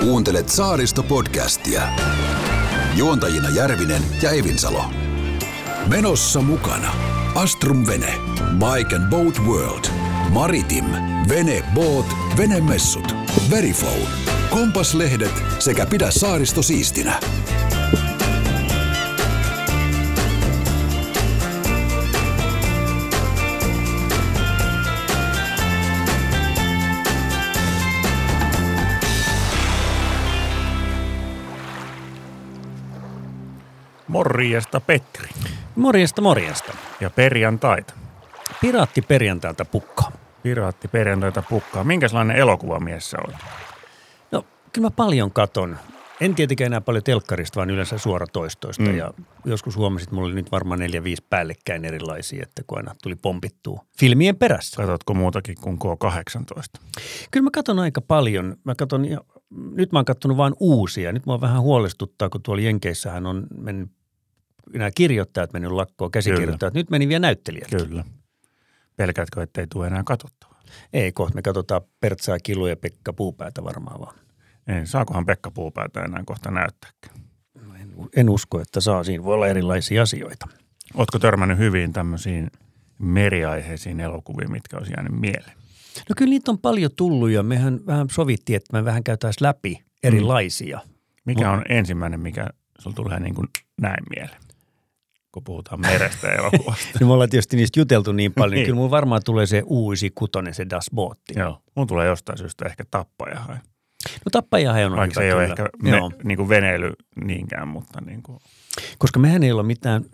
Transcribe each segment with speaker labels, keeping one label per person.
Speaker 1: Kuuntelet Saaristo-podcastia. Juontajina Järvinen ja Evinsalo. Menossa mukana Astrum Vene, Bike and Boat World, Maritim, Vene Boat, Venemessut, Verifone, Kompaslehdet sekä Pidä saaristo siistinä.
Speaker 2: Morjesta Petri.
Speaker 3: Morjesta, morjesta.
Speaker 2: Ja perjantaita.
Speaker 3: Piraatti perjantailta pukkaa.
Speaker 2: Piraatti perjantaita pukkaa. Minkälainen elokuvamies sä olet?
Speaker 3: No, kyllä mä paljon katon. En tietenkään enää paljon telkkarista, vaan yleensä suoratoistoista.
Speaker 2: Mm.
Speaker 3: Mm. Ja joskus huomasit, mulla oli nyt varmaan neljä, viisi päällekkäin erilaisia, että kun aina tuli pompittua filmien perässä.
Speaker 2: Katsotko muutakin kuin K18?
Speaker 3: Kyllä mä katon aika paljon. Mä katon, ja- nyt mä oon kattonut vain uusia. Nyt mua vähän huolestuttaa, kun tuolla Jenkeissähän on mennyt nämä kirjoittajat mennyt lakkoon, käsikirjoittajat. Nyt meni vielä näyttelijät.
Speaker 2: Kyllä. Pelkäätkö, ettei tule enää katsottavaa?
Speaker 3: Ei kohta, me katsotaan Pertsaa Kilu ja Pekka Puupäätä varmaan vaan.
Speaker 2: Ei, saakohan Pekka Puupäätä enää kohta näyttääkään?
Speaker 3: En, en usko, että saa. Siinä voi olla erilaisia asioita.
Speaker 2: Ootko törmännyt hyviin tämmöisiin meriaiheisiin elokuviin, mitkä olisi jäänyt mieleen?
Speaker 3: No kyllä niitä on paljon tullut ja mehän vähän sovittiin, että me vähän käytäisiin läpi erilaisia.
Speaker 2: Mikä on ensimmäinen, mikä sulla tulee niin kuin näin mieleen, kun puhutaan merestä ja elokuvasta?
Speaker 3: No me ollaan tietysti niistä juteltu niin paljon.
Speaker 2: Niin.
Speaker 3: niin. Kyllä mulla varmaan tulee se uusi kutonen, se Das Bootti.
Speaker 2: Joo. Mun tulee jostain syystä ehkä tappajahain.
Speaker 3: No tappajahan on
Speaker 2: Vaikka se
Speaker 3: hyvä
Speaker 2: ei ole
Speaker 3: kyllä.
Speaker 2: ehkä
Speaker 3: Joo.
Speaker 2: me, niin kuin veneily niinkään, mutta niin kuin,
Speaker 3: Koska mehän ei ole mitään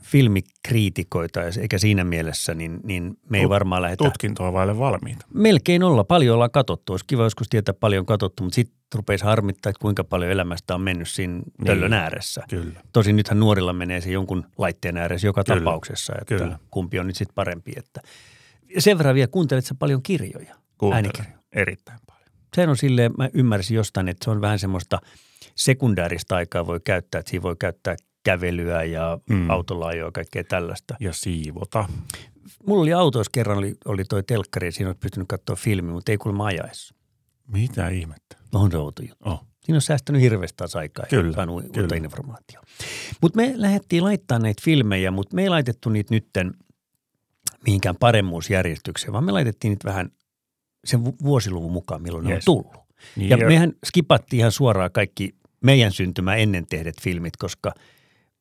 Speaker 3: filmikriitikoita eikä siinä mielessä, niin, niin me ei
Speaker 2: Tut-
Speaker 3: varmaan lähdetä.
Speaker 2: tutkintoa vaille valmiita.
Speaker 3: Melkein olla. Paljon ollaan katsottu. Olisi kiva joskus tietää paljon katsottu, mutta sitten rupeisi harmittaa, että kuinka paljon elämästä on mennyt siinä
Speaker 2: Niin.
Speaker 3: töllön ääressä.
Speaker 2: Kyllä.
Speaker 3: Tosin nythän nuorilla menee se jonkun laitteen ääressä joka
Speaker 2: Kyllä,
Speaker 3: kyllä, tapauksessa, että
Speaker 2: kyllä.
Speaker 3: kyllä. kumpi on nyt sitten parempi. Että. Ja Sen verran vielä, kuuntelet sä paljon kirjoja,
Speaker 2: Kuuntelen
Speaker 3: äänikirjoja.
Speaker 2: erittäin paljon.
Speaker 3: Sehän on silleen, mä ymmärsin jostain, että se on vähän semmoista sekundääristä aikaa voi käyttää, että siinä voi käyttää kävelyä ja
Speaker 2: Mm.
Speaker 3: mm. autolla ajoa ja kaikkea tällaista.
Speaker 2: Ja siivota.
Speaker 3: Mulla oli autoissa kerran, oli, oli toi telkkari, ja siinä olisi pystynyt katsoa filmi, mutta ei kuulemma ajaessa.
Speaker 2: Mitä ihmettä?
Speaker 3: On se outo juttu.
Speaker 2: Oh.
Speaker 3: Siinä on säästänyt hirveästi taas aikaa ja
Speaker 2: Kyllä,
Speaker 3: saanut kyllä.
Speaker 2: kyllä.
Speaker 3: uutta informaatiota. Mutta me lähdettiin laittaa näitä filmejä, mutta me ei laitettu niitä nytten mihinkään paremmuusjärjestykseen, vaan me laitettiin niitä vähän sen vu- vuosiluvun mukaan, milloin yes. ne on
Speaker 2: Yes.
Speaker 3: tullut.
Speaker 2: Niin
Speaker 3: Ja, ja mehän skipattiin ihan suoraan kaikki meidän syntymää ennen tehdet filmit, koska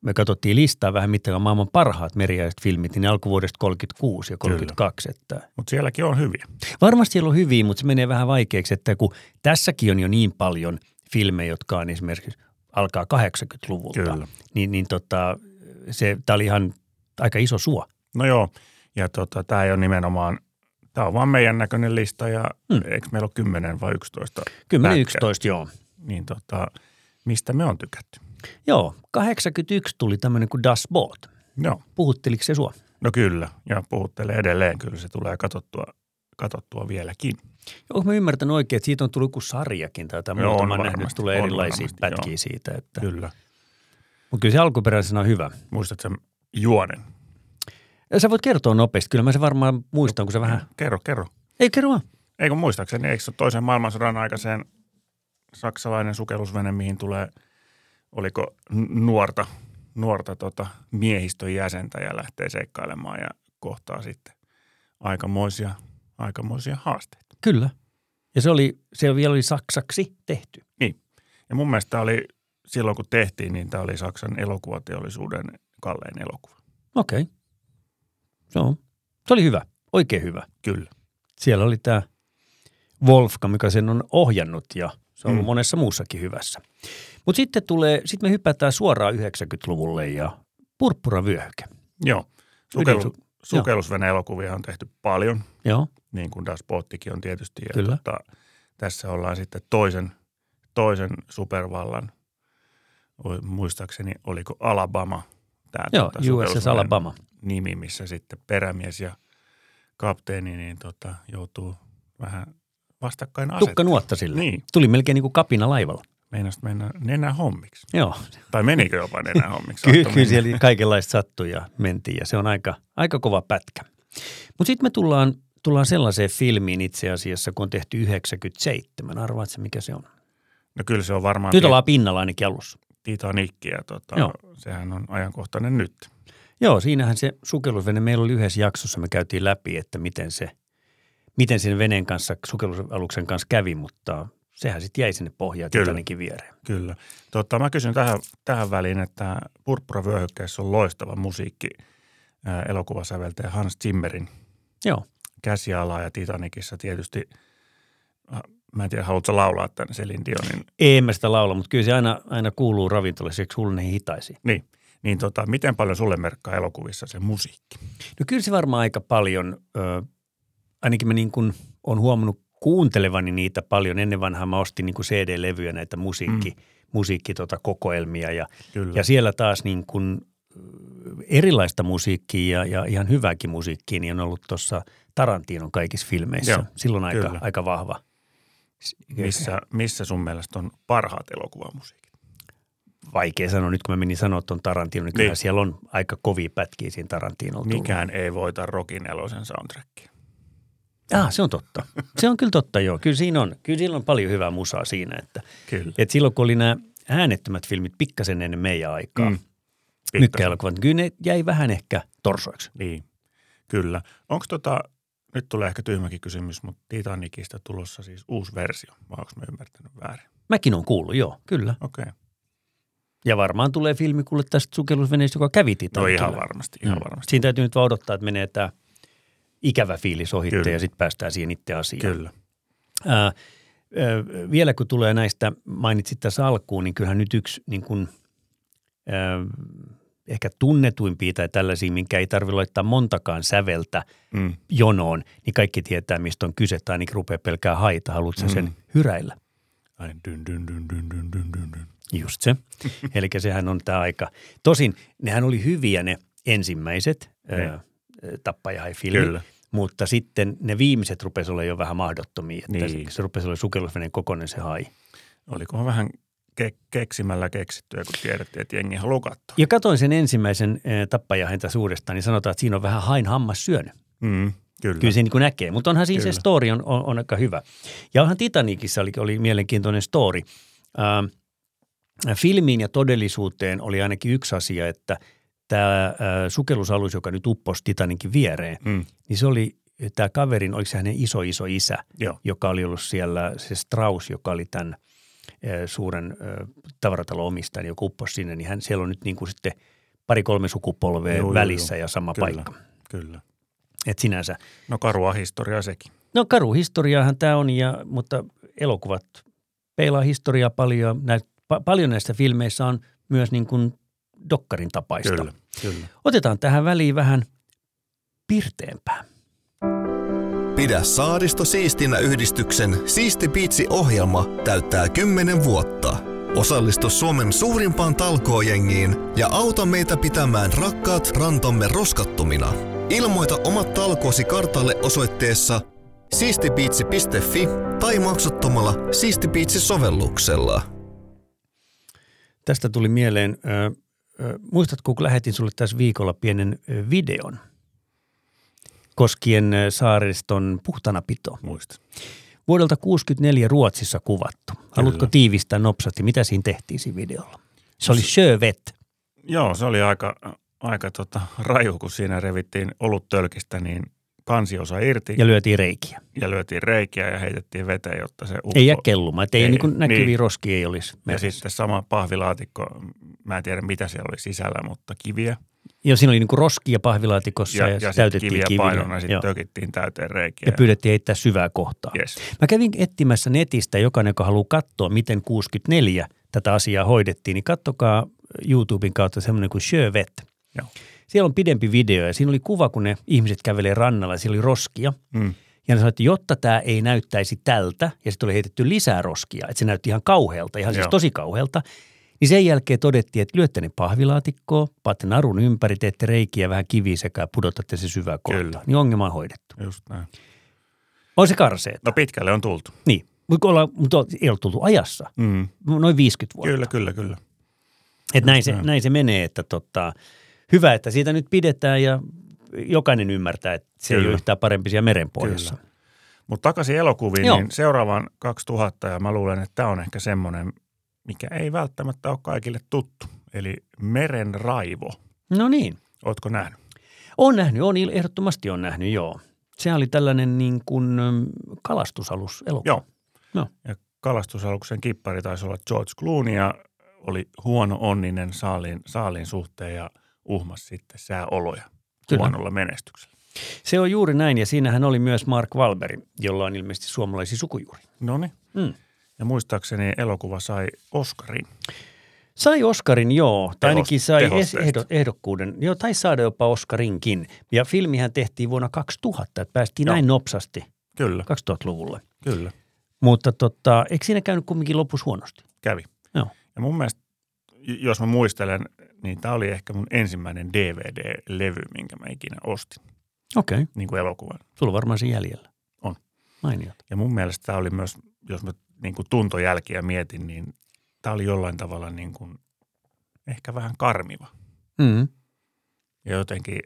Speaker 3: me katsottiin listaa vähän mitkä on maailman parhaat meriaiset filmit, niin ne alkuvuodesta 36 ja 32. Että
Speaker 2: Mutta sielläkin on hyviä.
Speaker 3: Varmasti siellä on hyviä, mutta se menee vähän vaikeaksi, että kun tässäkin on jo niin paljon filmejä, jotka on esimerkiksi alkaa 80-luvulta,
Speaker 2: Kyllä.
Speaker 3: niin, niin tota, se, tää oli ihan aika iso suo.
Speaker 2: No joo, ja tota, tämä ei ole nimenomaan, tämä on vaan meidän näköinen lista ja mm.
Speaker 3: Mm.
Speaker 2: eikö meillä ole 10 vai 11?
Speaker 3: 10,
Speaker 2: Pätkä.
Speaker 3: 11, joo.
Speaker 2: Niin tota, mistä me on tykätty?
Speaker 3: Joo, 81 tuli tämmöinen kuin Das Boot.
Speaker 2: Joo,
Speaker 3: Puhutteliko se sua?
Speaker 2: no kyllä, ja puhuttelee edelleen, kyllä se tulee katsottua, katsottua vieläkin.
Speaker 3: Onko mä ymmärtänyt oikein, että siitä on tullut joku sarjakin tai jotain
Speaker 2: Joo,
Speaker 3: muuta?
Speaker 2: on
Speaker 3: Mä oon nähnyt,
Speaker 2: varmasti,
Speaker 3: että tulee
Speaker 2: on
Speaker 3: erilaisia
Speaker 2: varmasti,
Speaker 3: pätkiä
Speaker 2: joo.
Speaker 3: siitä. Että.
Speaker 2: Kyllä.
Speaker 3: Mutta kyllä se alkuperäisenä on hyvä.
Speaker 2: Muistatko sen juonen?
Speaker 3: Ja sä voit kertoa nopeasti. Kyllä mä se varmaan muistan, kun se vähän...
Speaker 2: Kerro, kerro.
Speaker 3: Ei kerro vaan.
Speaker 2: Eikö muistaakseni, eikö se ole toisen maailmansodan aikaiseen saksalainen sukellusvene, mihin tulee, oliko n- nuorta, nuorta tota miehistön jäsentä ja lähtee seikkailemaan ja kohtaa sitten aikamoisia, aikamoisia haasteita.
Speaker 3: Kyllä. Ja se, oli, se vielä oli saksaksi tehty.
Speaker 2: Niin. Ja mun mielestä tää oli silloin, kun tehtiin, niin tämä oli Saksan elokuvateollisuuden kallein elokuva.
Speaker 3: Okei. No, se oli hyvä, oikein hyvä.
Speaker 2: Kyllä.
Speaker 3: Siellä oli tämä Wolfka, mikä sen on ohjannut ja se on ollut
Speaker 2: Mm.
Speaker 3: monessa muussakin hyvässä. Mutta sitten tulee, sitten me hypätään suoraan 90-luvulle ja purppuravyöhyke.
Speaker 2: Joo. Sukelu,
Speaker 3: Ydinsu-
Speaker 2: sukellusvene-elokuvia on tehty paljon.
Speaker 3: Joo,
Speaker 2: niin kuin Das Bottikin on tietysti. Ja
Speaker 3: Kyllä.
Speaker 2: Tota, tässä ollaan sitten toisen, toisen supervallan, Oi, muistaakseni oliko Alabama, tämä
Speaker 3: joo USS
Speaker 2: sukellusveneen
Speaker 3: Alabama.
Speaker 2: nimi, missä sitten perämies ja kapteeni niin tota, joutuu vähän vastakkain
Speaker 3: Tukka nuotta sille.
Speaker 2: Niin,
Speaker 3: Tuli melkein niin kuin kapina laivalla.
Speaker 2: meinasit mennä nenä hommiksi.
Speaker 3: Joo,
Speaker 2: Tai menikö jopa nenä hommiksi?
Speaker 3: Ky-
Speaker 2: Saattoi
Speaker 3: kyllä
Speaker 2: mennä.
Speaker 3: siellä kaikenlaista sattui ja mentiin ja se on aika, aika kova pätkä. Mutta sitten me tullaan, tullaan sellaiseen filmiin itse asiassa, kun on tehty 97. Arvaat se, mikä se on?
Speaker 2: No kyllä se on varmaan
Speaker 3: Nyt
Speaker 2: Ti-
Speaker 3: ollaan pinnalla ainakin alussa.
Speaker 2: Titanic ja tota,
Speaker 3: Joo.
Speaker 2: sehän on ajankohtainen nyt.
Speaker 3: Joo, siinähän se sukellusvene, meillä oli yhdessä jaksossa, me käytiin läpi, että miten se, miten sen veneen kanssa, sukellusaluksen kanssa kävi, mutta sehän sitten jäi sinne pohjaan
Speaker 2: Kyllä.
Speaker 3: Titanikin viereen.
Speaker 2: Kyllä. Totta, mä kysyn tähän, tähän väliin, että Purppuravyöhykkeessä on loistava musiikki ää, elokuvasäveltäjä Hans Zimmerin
Speaker 3: Joo.
Speaker 2: käsialaa ja Titanicissa tietysti, äh, mä en tiedä haluatko sä laulaa tämän Selin Dionin,
Speaker 3: Ei mä sitä laula, mutta kyllä se aina, aina kuuluu ravintolaiseksi hulluneihin hitaisiin.
Speaker 2: niin, niin tota, miten paljon sulle merkkaa elokuvissa se musiikki?
Speaker 3: No kyllä se varmaan aika paljon, ö, ainakin mä niin kuin olen huomannut kuuntelevani niitä paljon. Ennen vanhaa mä ostin niin kuin CD-levyjä näitä musiikki, mm. musiikki tota, kokoelmia ja,
Speaker 2: Kyllä.
Speaker 3: ja siellä taas niin kuin ö, erilaista musiikkia ja, ja ihan hyvääkin musiikkia niin on ollut tuossa Tarantinon kaikissa filmeissä.
Speaker 2: Joo,
Speaker 3: Silloin aika,
Speaker 2: kyllä.
Speaker 3: aika vahva.
Speaker 2: Missä, missä sun mielestä on parhaat elokuvamusiikit?
Speaker 3: Vaikea sanoa, nyt kun mä menin sanoa tuon Tarantinon, niin kyllä
Speaker 2: Niin.
Speaker 3: siellä on aika kovia pätkiä siinä Tarantinolta. tullut.
Speaker 2: Mikään ei voita Rokin elosen soundtrackia.
Speaker 3: Ah, se on totta. Se on kyllä totta, joo. Kyllä siinä on, kyllä siinä on paljon hyvää musaa siinä, että
Speaker 2: Kyllä.
Speaker 3: Et silloin kun oli nämä äänettömät filmit pikkasen ennen meidän aikaa,
Speaker 2: Mm.
Speaker 3: mm, mykkäelokuvat, niin kyllä ne jäi vähän ehkä torsoiksi.
Speaker 2: Niin, kyllä. Onko tota, nyt tulee ehkä tyhmäkin kysymys, mutta Titanicista tulossa siis uusi versio, vai onko mä ymmärtänyt väärin?
Speaker 3: Mäkin on kuullut, joo, kyllä.
Speaker 2: Okei. Okay.
Speaker 3: Ja varmaan tulee filmi kuule tästä sukellusveneestä, joka kävi
Speaker 2: No
Speaker 3: Titanicilla.
Speaker 2: ihan varmasti, ihan varmasti.
Speaker 3: Siinä täytyy nyt vaan odottaa, että menee tämä ikävä fiilis ohitte
Speaker 2: Kyllä.
Speaker 3: ja sitten päästään siihen itse asiaan.
Speaker 2: Kyllä.
Speaker 3: Ää, ö, vielä kun tulee näistä, mainitsit tässä alkuun, niin kyllähän nyt yksi niin kuin, ää, ehkä tunnetuimpia tai tällaisia, minkä ei tarvitse laittaa montakaan säveltä
Speaker 2: Mm.
Speaker 3: jonoon, niin kaikki tietää, mistä on kyse, tai ainakin rupeaa pelkää haita, haluatko mm. sen hyräillä?
Speaker 2: Ai, dyn, dyn, dyn, dyn, dyn, dyn, dyn, dyn.
Speaker 3: Just se. Eli sehän on tämä aika. Tosin nehän oli hyviä ne ensimmäiset
Speaker 2: Ne.
Speaker 3: ö, tappajahai-filmit,
Speaker 2: Kyllä.
Speaker 3: mutta sitten ne viimeiset rupesi olla jo vähän mahdottomia, että
Speaker 2: Niin.
Speaker 3: niin. se rupesi olla sukellusveneen kokoinen se hai.
Speaker 2: Olikohan vähän ke- keksimällä keksittyä, kun tiedettiin, että jengi haluaa katsoa.
Speaker 3: Ja katoin sen ensimmäisen eh, ö, tappajahainta suurestaan, niin sanotaan, että siinä on vähän hain hammas syönyt.
Speaker 2: Mm, kyllä.
Speaker 3: Kyllä se niin kuin näkee, mutta onhan siinä
Speaker 2: Kyllä.
Speaker 3: se story on, on, on aika hyvä. Ja onhan Titanicissa oli, oli mielenkiintoinen story. Ähm, filmiin ja todellisuuteen oli ainakin yksi asia, että tämä äh, sukellusalus, joka nyt upposi Titanikin viereen,
Speaker 2: Mm,
Speaker 3: niin se oli tämä kaverin, oliko se hänen iso iso isä,
Speaker 2: joo,
Speaker 3: joka oli ollut siellä, se Strauss, joka oli tämän äh, suuren äh, tavaratalon omistajan, joka upposi sinne, niin hän, siellä on nyt niin kuin sitten pari-kolme sukupolvea
Speaker 2: Joo, joo,
Speaker 3: välissä ja sama
Speaker 2: Kyllä.
Speaker 3: paikka.
Speaker 2: kyllä.
Speaker 3: Et sinänsä
Speaker 2: No karua historiaa sekin.
Speaker 3: No karu historiaahan tämä on, ja, mutta elokuvat peilaa historiaa paljon. Näit, pa- paljon näistä filmeissä on myös niin kuin dokkarin tapaista.
Speaker 2: Kyllä, kyllä.
Speaker 3: Otetaan tähän väliin vähän pirteempää.
Speaker 4: Pidä saaristo siistinä yhdistyksen Siisti Piitsi ohjelma täyttää 10 vuotta. Osallistu Suomen suurimpaan talkoojengiin ja auta meitä pitämään rakkaat rantamme roskattomina. Ilmoita omat talkoosi kartalle osoitteessa siistipiitsi.fi tai maksuttomalla Siistipiitsi-sovelluksella.
Speaker 3: Tästä tuli mieleen, ö, ö, muistatko kun lähetin sulle tässä viikolla pienen ö, videon koskien ö, saariston puhtanapitoa?
Speaker 2: Muista.
Speaker 3: Vuodelta 64 Ruotsissa kuvattu. Haluatko tiivistää nopsasti, mitä siinä tehtiin siinä videolla? Se oli Sjövet.
Speaker 2: Joo, se oli aika, aika tota, raju, kun siinä revittiin oluttölkistä, niin kansiosa irti ja,
Speaker 3: ja lyötiin reikiä.
Speaker 2: ja lyötiin reikiä ja heitettiin veteen, jotta se uppo.
Speaker 3: Ei jää kellumaan, että ei,
Speaker 2: Ei,
Speaker 3: ei niin kuin näkyviä
Speaker 2: niin.
Speaker 3: niin. roskia ei olisi.
Speaker 2: Ja
Speaker 3: meressä.
Speaker 2: sitten sama pahvilaatikko, mä en tiedä mitä siellä oli sisällä, mutta kiviä.
Speaker 3: ja siinä oli niin kuin roskia pahvilaatikossa ja, ja, ja
Speaker 2: sitten
Speaker 3: täytettiin
Speaker 2: kiviä
Speaker 3: kiviä.
Speaker 2: painona, sitten
Speaker 3: Joo.
Speaker 2: tökittiin täyteen reikiä.
Speaker 3: ja pyydettiin heittää syvää kohtaa.
Speaker 2: Yes.
Speaker 3: Mä kävin etsimässä netistä, jokainen joka haluaa katsoa, miten 64 tätä asiaa hoidettiin, niin kattokaa YouTuben kautta semmoinen kuin Sjövet.
Speaker 2: Joo.
Speaker 3: Siellä on pidempi video ja siinä oli kuva, kun ne ihmiset kävelee rannalla ja siellä oli roskia.
Speaker 2: Mm.
Speaker 3: Ja ne sanoi, että jotta tämä ei näyttäisi tältä, ja sitten oli heitetty lisää roskia, että se näytti ihan kauhealta, ihan siis
Speaker 2: Joo.
Speaker 3: tosi kauhealta. Niin sen jälkeen todettiin, että lyötte ne pahvilaatikkoon, paatte narun ympäri, teette reikiä vähän kiviä sekä ja pudotatte se syvää
Speaker 2: Kyllä.
Speaker 3: kohtaan. Niin ongelma on hoidettu.
Speaker 2: Just näin.
Speaker 3: On se karseeta.
Speaker 2: No pitkälle on tultu.
Speaker 3: Niin. Mutta ollaan- mutta ei ole tultu ajassa.
Speaker 2: Mm.
Speaker 3: Noin 50 vuotta.
Speaker 2: Kyllä, kyllä, kyllä.
Speaker 3: Et näin, se,
Speaker 2: Näin.
Speaker 3: näin se menee, että tota, hyvä, että siitä nyt pidetään ja jokainen ymmärtää, että se ei
Speaker 2: Kyllä.
Speaker 3: ole yhtään parempi siellä merenpohjassa.
Speaker 2: Kyllä. Mutta takaisin elokuviin,
Speaker 3: Joo.
Speaker 2: Joo. niin seuraavaan 2000 ja mä luulen, että tämä on ehkä semmoinen, mikä ei välttämättä ole kaikille tuttu. Eli Meren raivo.
Speaker 3: No niin.
Speaker 2: Ootko nähnyt?
Speaker 3: On nähnyt, on il- ehdottomasti on nähnyt, joo. Se oli tällainen niin kuin äm, kalastusalus elokuva.
Speaker 2: Joo.
Speaker 3: Joo.
Speaker 2: Ja kalastusaluksen kippari taisi olla George Clooney ja oli huono onninen saaliin, saaliin suhteen ja uhmas sitten sääoloja
Speaker 3: Kyllä.
Speaker 2: huonolla menestyksellä.
Speaker 3: Se on juuri näin ja siinähän oli myös Mark Wahlberg, jolla on ilmeisesti suomalaisia sukujuuri.
Speaker 2: No niin.
Speaker 3: Mm.
Speaker 2: Ja muistaakseni elokuva sai Oscarin.
Speaker 3: Sai Oscarin, joo. Tai
Speaker 2: Tehos-
Speaker 3: ainakin sai es-
Speaker 2: tehosteesta.
Speaker 3: ehdo, ehdokkuuden. Joo, tai saada jopa Oscarinkin. Ja filmihän tehtiin vuonna 2000, että päästiin
Speaker 2: Joo.
Speaker 3: näin nopsasti
Speaker 2: Kyllä,
Speaker 3: 2000-luvulle.
Speaker 2: kyllä.
Speaker 3: Mutta tota, eikö siinä käynyt kumminkin lopussa huonosti?
Speaker 2: Kävi.
Speaker 3: Joo.
Speaker 2: Ja mun mielestä, j- jos mä muistelen, niin tämä oli ehkä mun ensimmäinen DVD-levy, minkä mä ikinä ostin,
Speaker 3: Okei. Okay.
Speaker 2: niin kuin elokuvan.
Speaker 3: Sulla on varmaan se jäljellä.
Speaker 2: On.
Speaker 3: Mainiota.
Speaker 2: Ja mun mielestä tämä oli myös, jos mä niin kuin tuntojälkiä mietin, niin tämä oli jollain tavalla niin kuin ehkä vähän karmiva.
Speaker 3: Mm.
Speaker 2: Ja jotenkin,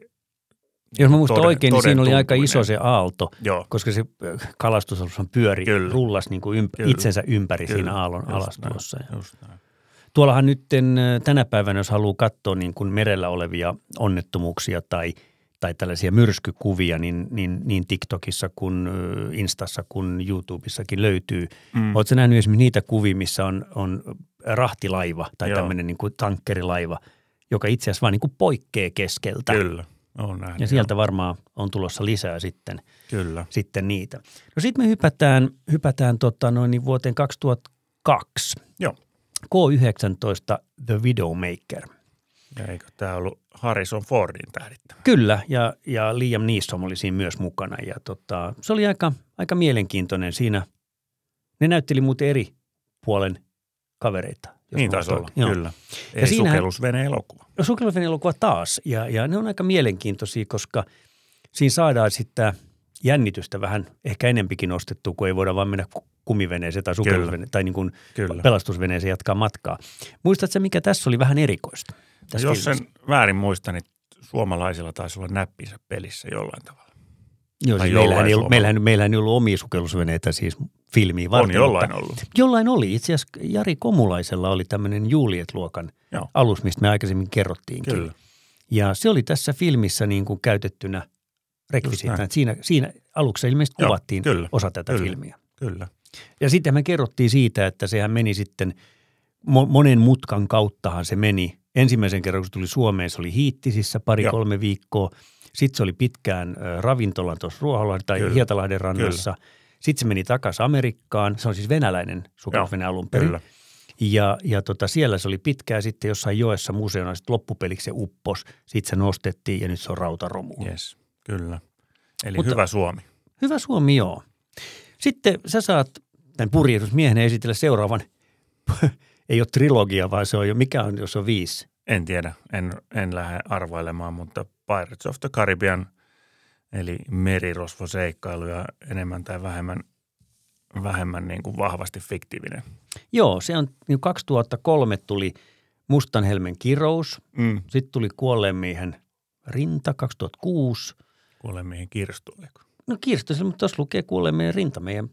Speaker 3: Jos mä muistan
Speaker 2: Toden-
Speaker 3: oikein, niin siinä oli aika iso
Speaker 2: todentuntuinen.
Speaker 3: se aalto,
Speaker 2: joo,
Speaker 3: koska se ö, kalastusalus on pyöri,
Speaker 2: Kyllä.
Speaker 3: rullas niin kuin ympä,
Speaker 2: Kyllä.
Speaker 3: itsensä ympäri
Speaker 2: Kyllä.
Speaker 3: siinä aallon
Speaker 2: Just näin.
Speaker 3: alastulossa. Ja
Speaker 2: just näin.
Speaker 3: Tuollahan nyt tänä päivänä, jos haluaa katsoa niin kuin merellä olevia onnettomuuksia tai, tai tällaisia myrskykuvia, niin, niin, niin TikTokissa kuin ö, Instassa kuin YouTubessakin löytyy. Mm. Oletko nähnyt esimerkiksi niitä kuvia, missä on, on rahtilaiva tai
Speaker 2: Joo.
Speaker 3: tämmöinen niin kuin tankkerilaiva, joka itse asiassa vaan niin kuin poikkeaa keskeltä.
Speaker 2: Kyllä, on näin.
Speaker 3: Ja sieltä varmaan on tulossa lisää sitten,
Speaker 2: Kyllä,
Speaker 3: sitten niitä. No sitten me hypätään, hypätään tota noin niin vuoteen 2002.
Speaker 2: joo.
Speaker 3: K19 The Widowmaker.
Speaker 2: Ja eikö tämä ollut Harrison Fordin tähdittämä?
Speaker 3: Kyllä, ja, ja Liam Neeson oli siinä myös mukana. Ja tota, se oli aika, aika mielenkiintoinen siinä. Ne näytteli muuten eri puolen kavereita. jos
Speaker 2: niin
Speaker 3: mä
Speaker 2: taisi
Speaker 3: muistan
Speaker 2: olla,
Speaker 3: oikein.
Speaker 2: kyllä. Ei
Speaker 3: siinähän-
Speaker 2: sukellusvene-elokuva.
Speaker 3: No, Sukellusveneen elokuva taas, ja, ja ne on aika mielenkiintoisia, koska siinä saadaan sitä jännitystä vähän ehkä enempikin nostettua, kun ei voida vaan mennä ku- kumiveneeseen tai sukellusveneeseen tai niin kuin
Speaker 2: Kyllä.
Speaker 3: pelastusveneeseen jatkaa matkaa. Muistatko, mikä tässä oli vähän erikoista? Tässä
Speaker 2: Jos sen
Speaker 3: filmissä?
Speaker 2: väärin muistan, niin suomalaisilla taisi olla näppinsä pelissä jollain tavalla.
Speaker 3: Joo,
Speaker 2: tai
Speaker 3: siis
Speaker 2: jollain
Speaker 3: meillähän, ei ollut,
Speaker 2: suomalaisella.
Speaker 3: meillähän, meillähän ei ollut omia sukellusveneitä siis filmiin varten.
Speaker 2: on jollain
Speaker 3: mutta-
Speaker 2: ollut.
Speaker 3: Jollain oli. Itse asiassa Jari Komulaisella oli tämmöinen Juliet-luokan
Speaker 2: Joo.
Speaker 3: alus, mistä me aikaisemmin kerrottiinkin.
Speaker 2: Kyllä.
Speaker 3: Ja se oli tässä filmissä niin kuin käytettynä
Speaker 2: Just
Speaker 3: rekvisiittana.
Speaker 2: näin.
Speaker 3: Siinä, siinä aluksi ilmeisesti
Speaker 2: Joo,
Speaker 3: kuvattiin
Speaker 2: kyllä,
Speaker 3: osa tätä
Speaker 2: kyllä.
Speaker 3: filmiä.
Speaker 2: Kyllä,
Speaker 3: Ja sitten me kerrottiin siitä, että sehän meni sitten, mo- monen mutkan kauttahan se meni. Ensimmäisen kerran, kun se tuli Suomeen, se oli Hiittisissä
Speaker 2: Joo.
Speaker 3: pari-kolme viikkoa. Sitten se oli pitkään ö, ravintolan tuossa Ruoholahden tai
Speaker 2: Kyllä,
Speaker 3: Hietalahden rannassa. Sitten se meni takaisin Amerikkaan. Se on siis venäläinen sukellusvene alun perin.
Speaker 2: kyllä.
Speaker 3: Ja, ja tota, siellä se oli pitkään sitten jossain joessa museona, sitten loppupeliksi se uppos, sitten se nostettiin ja nyt se on rautaromu.
Speaker 2: Yes, kyllä. Eli
Speaker 3: Mutta-
Speaker 2: hyvä Suomi.
Speaker 3: Hyvä Suomi, joo. Sitten sä saat tämän purjehdusmiehenä esitellä seuraavan, ei ole trilogia, vaan se on jo, mikä on, jos on viisi?
Speaker 2: En tiedä, en, en lähde arvailemaan, mutta Pirates of the Caribbean, eli merirosvoseikkailu ja enemmän tai vähemmän, vähemmän niin kuin vahvasti fiktiivinen.
Speaker 3: Joo, se on, niin 2003 tuli Mustan helmen kirous,
Speaker 2: Mm.
Speaker 3: sitten tuli kuolleen miehen rinta 2006.
Speaker 2: Kuule mihin kirstu oli.
Speaker 3: No kirstu, se- mutta tuossa lukee kuolleen meidän rinta meidän.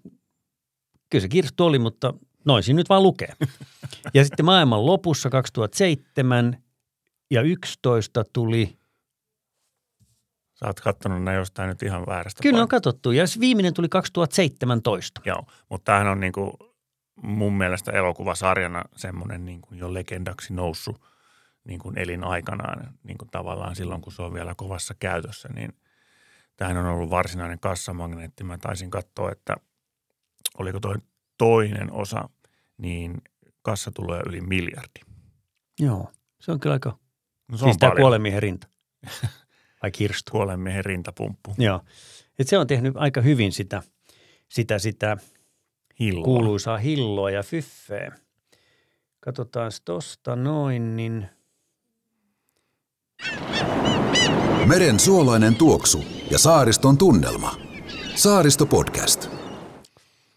Speaker 3: Kyllä se kirstu oli, mutta noin siinä nyt vaan lukee. Ja sitten maailman lopussa 2007 ja 11 tuli,
Speaker 2: Sä oot kattonut nämä jostain nyt ihan väärästä.
Speaker 3: kyllä ne on
Speaker 2: paikasta.
Speaker 3: katsottu, ja se viimeinen tuli 2017.
Speaker 2: Joo, mutta tämähän on niin kuin mun mielestä elokuvasarjana semmoinen niin kuin jo legendaksi noussut niin kuin elinaikanaan, niin kuin tavallaan silloin, kun se on vielä kovassa käytössä, niin tämähän on ollut varsinainen kassamagneetti. Mä taisin katsoa, että oliko toi toinen osa, niin kassa tulee yli miljardi.
Speaker 3: Joo, se on kyllä aika,
Speaker 2: No se
Speaker 3: siis
Speaker 2: on
Speaker 3: tämä
Speaker 2: paljon. Kuole-
Speaker 3: kuolleen miehen rinta. Vai kirstu.
Speaker 2: Kuolemien rintapumppu.
Speaker 3: Joo, Et se on tehnyt aika hyvin sitä, sitä, sitä
Speaker 2: Hilloa.
Speaker 3: kuuluisaa hilloa ja fyffeä. Katsotaan tosta noin, niin
Speaker 1: Meren suolainen tuoksu ja saariston tunnelma. Saaristo podcast.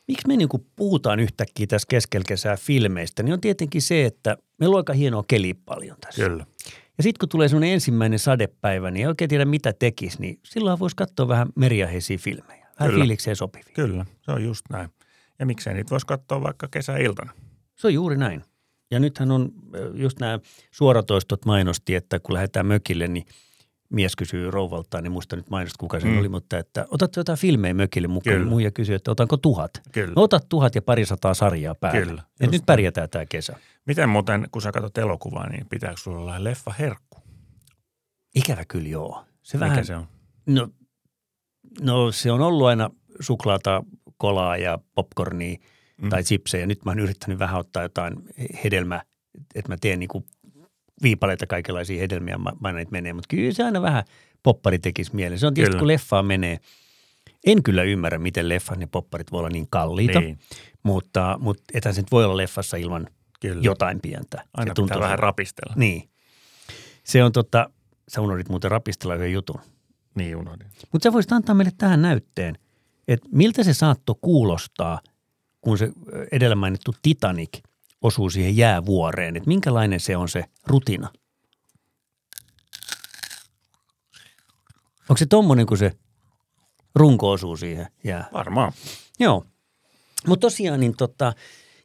Speaker 3: Miksi me niin kuin puhutaan yhtäkkiä tässä keskellä kesää filmeistä, niin on tietenkin se, että meillä on aika hienoa keli paljon tässä.
Speaker 2: Kyllä.
Speaker 3: Ja sitten kun tulee semmoinen ensimmäinen sadepäivä, niin ei oikein tiedä mitä tekisi, niin silloin voisi katsoa vähän meriaheisia filmejä. Vähän
Speaker 2: Kyllä.
Speaker 3: fiilikseen sopivia.
Speaker 2: Kyllä, se on just näin. Ja miksei niitä voisi katsoa vaikka kesäiltana.
Speaker 3: Se on juuri näin. Ja nythän on ö, just nämä suoratoistot mainosti, että kun lähdetään mökille, niin mies kysyy rouvaltaan, niin muista nyt mainosti kuka se
Speaker 2: Mm.
Speaker 3: oli, mutta että otatko jotain filmejä mökille mukaan,
Speaker 2: Kyllä.
Speaker 3: niin muija kysyy, että otanko tuhat.
Speaker 2: Kyllä.
Speaker 3: No otat tuhat ja pari sataa sarjaa päälle.
Speaker 2: Kyllä,
Speaker 3: Et
Speaker 2: just
Speaker 3: nyt pärjätään tämä kesä.
Speaker 2: Miten muuten, kun sä katsot elokuvaa, niin pitääkö sulla olla leffa herkku?
Speaker 3: Ikävä kyllä joo. Se vähän,
Speaker 2: Mikä se on?
Speaker 3: No, no se on ollut aina suklaata, kolaa ja popcornia
Speaker 2: Mm.
Speaker 3: mm. tai chipsejä. Nyt mä oon yrittänyt vähän ottaa jotain hedelmää, että mä teen niinku viipaleita kaikenlaisia hedelmiä, mä, mä niitä menee. Mutta kyllä se aina vähän poppari tekisi mieleen. Se on tietysti,
Speaker 2: Kyllä.
Speaker 3: kyllä. kun leffaa menee. En kyllä ymmärrä, miten leffan ja popparit voi olla niin kalliita, niin.
Speaker 2: Niin,
Speaker 3: mutta, mutta ethän se nyt voi olla leffassa ilman
Speaker 2: kyllä.
Speaker 3: jotain pientä.
Speaker 2: Aina
Speaker 3: se
Speaker 2: pitää vähän
Speaker 3: siltä.
Speaker 2: rapistella.
Speaker 3: Niin. Se on tota, sä unohdit muuten rapistella yhden jutun.
Speaker 2: Niin unohdin.
Speaker 3: Mutta sä voisit antaa meille tähän näytteen, että miltä se saattoi kuulostaa, kun se ö, edellä mainittu Titanic osuu siihen jäävuoreen. Että minkälainen se on se rutina? Onko se tommonen, kun se runko osuu siihen jää?
Speaker 2: Varmaan.
Speaker 3: Joo. Mutta tosiaan, niin tota,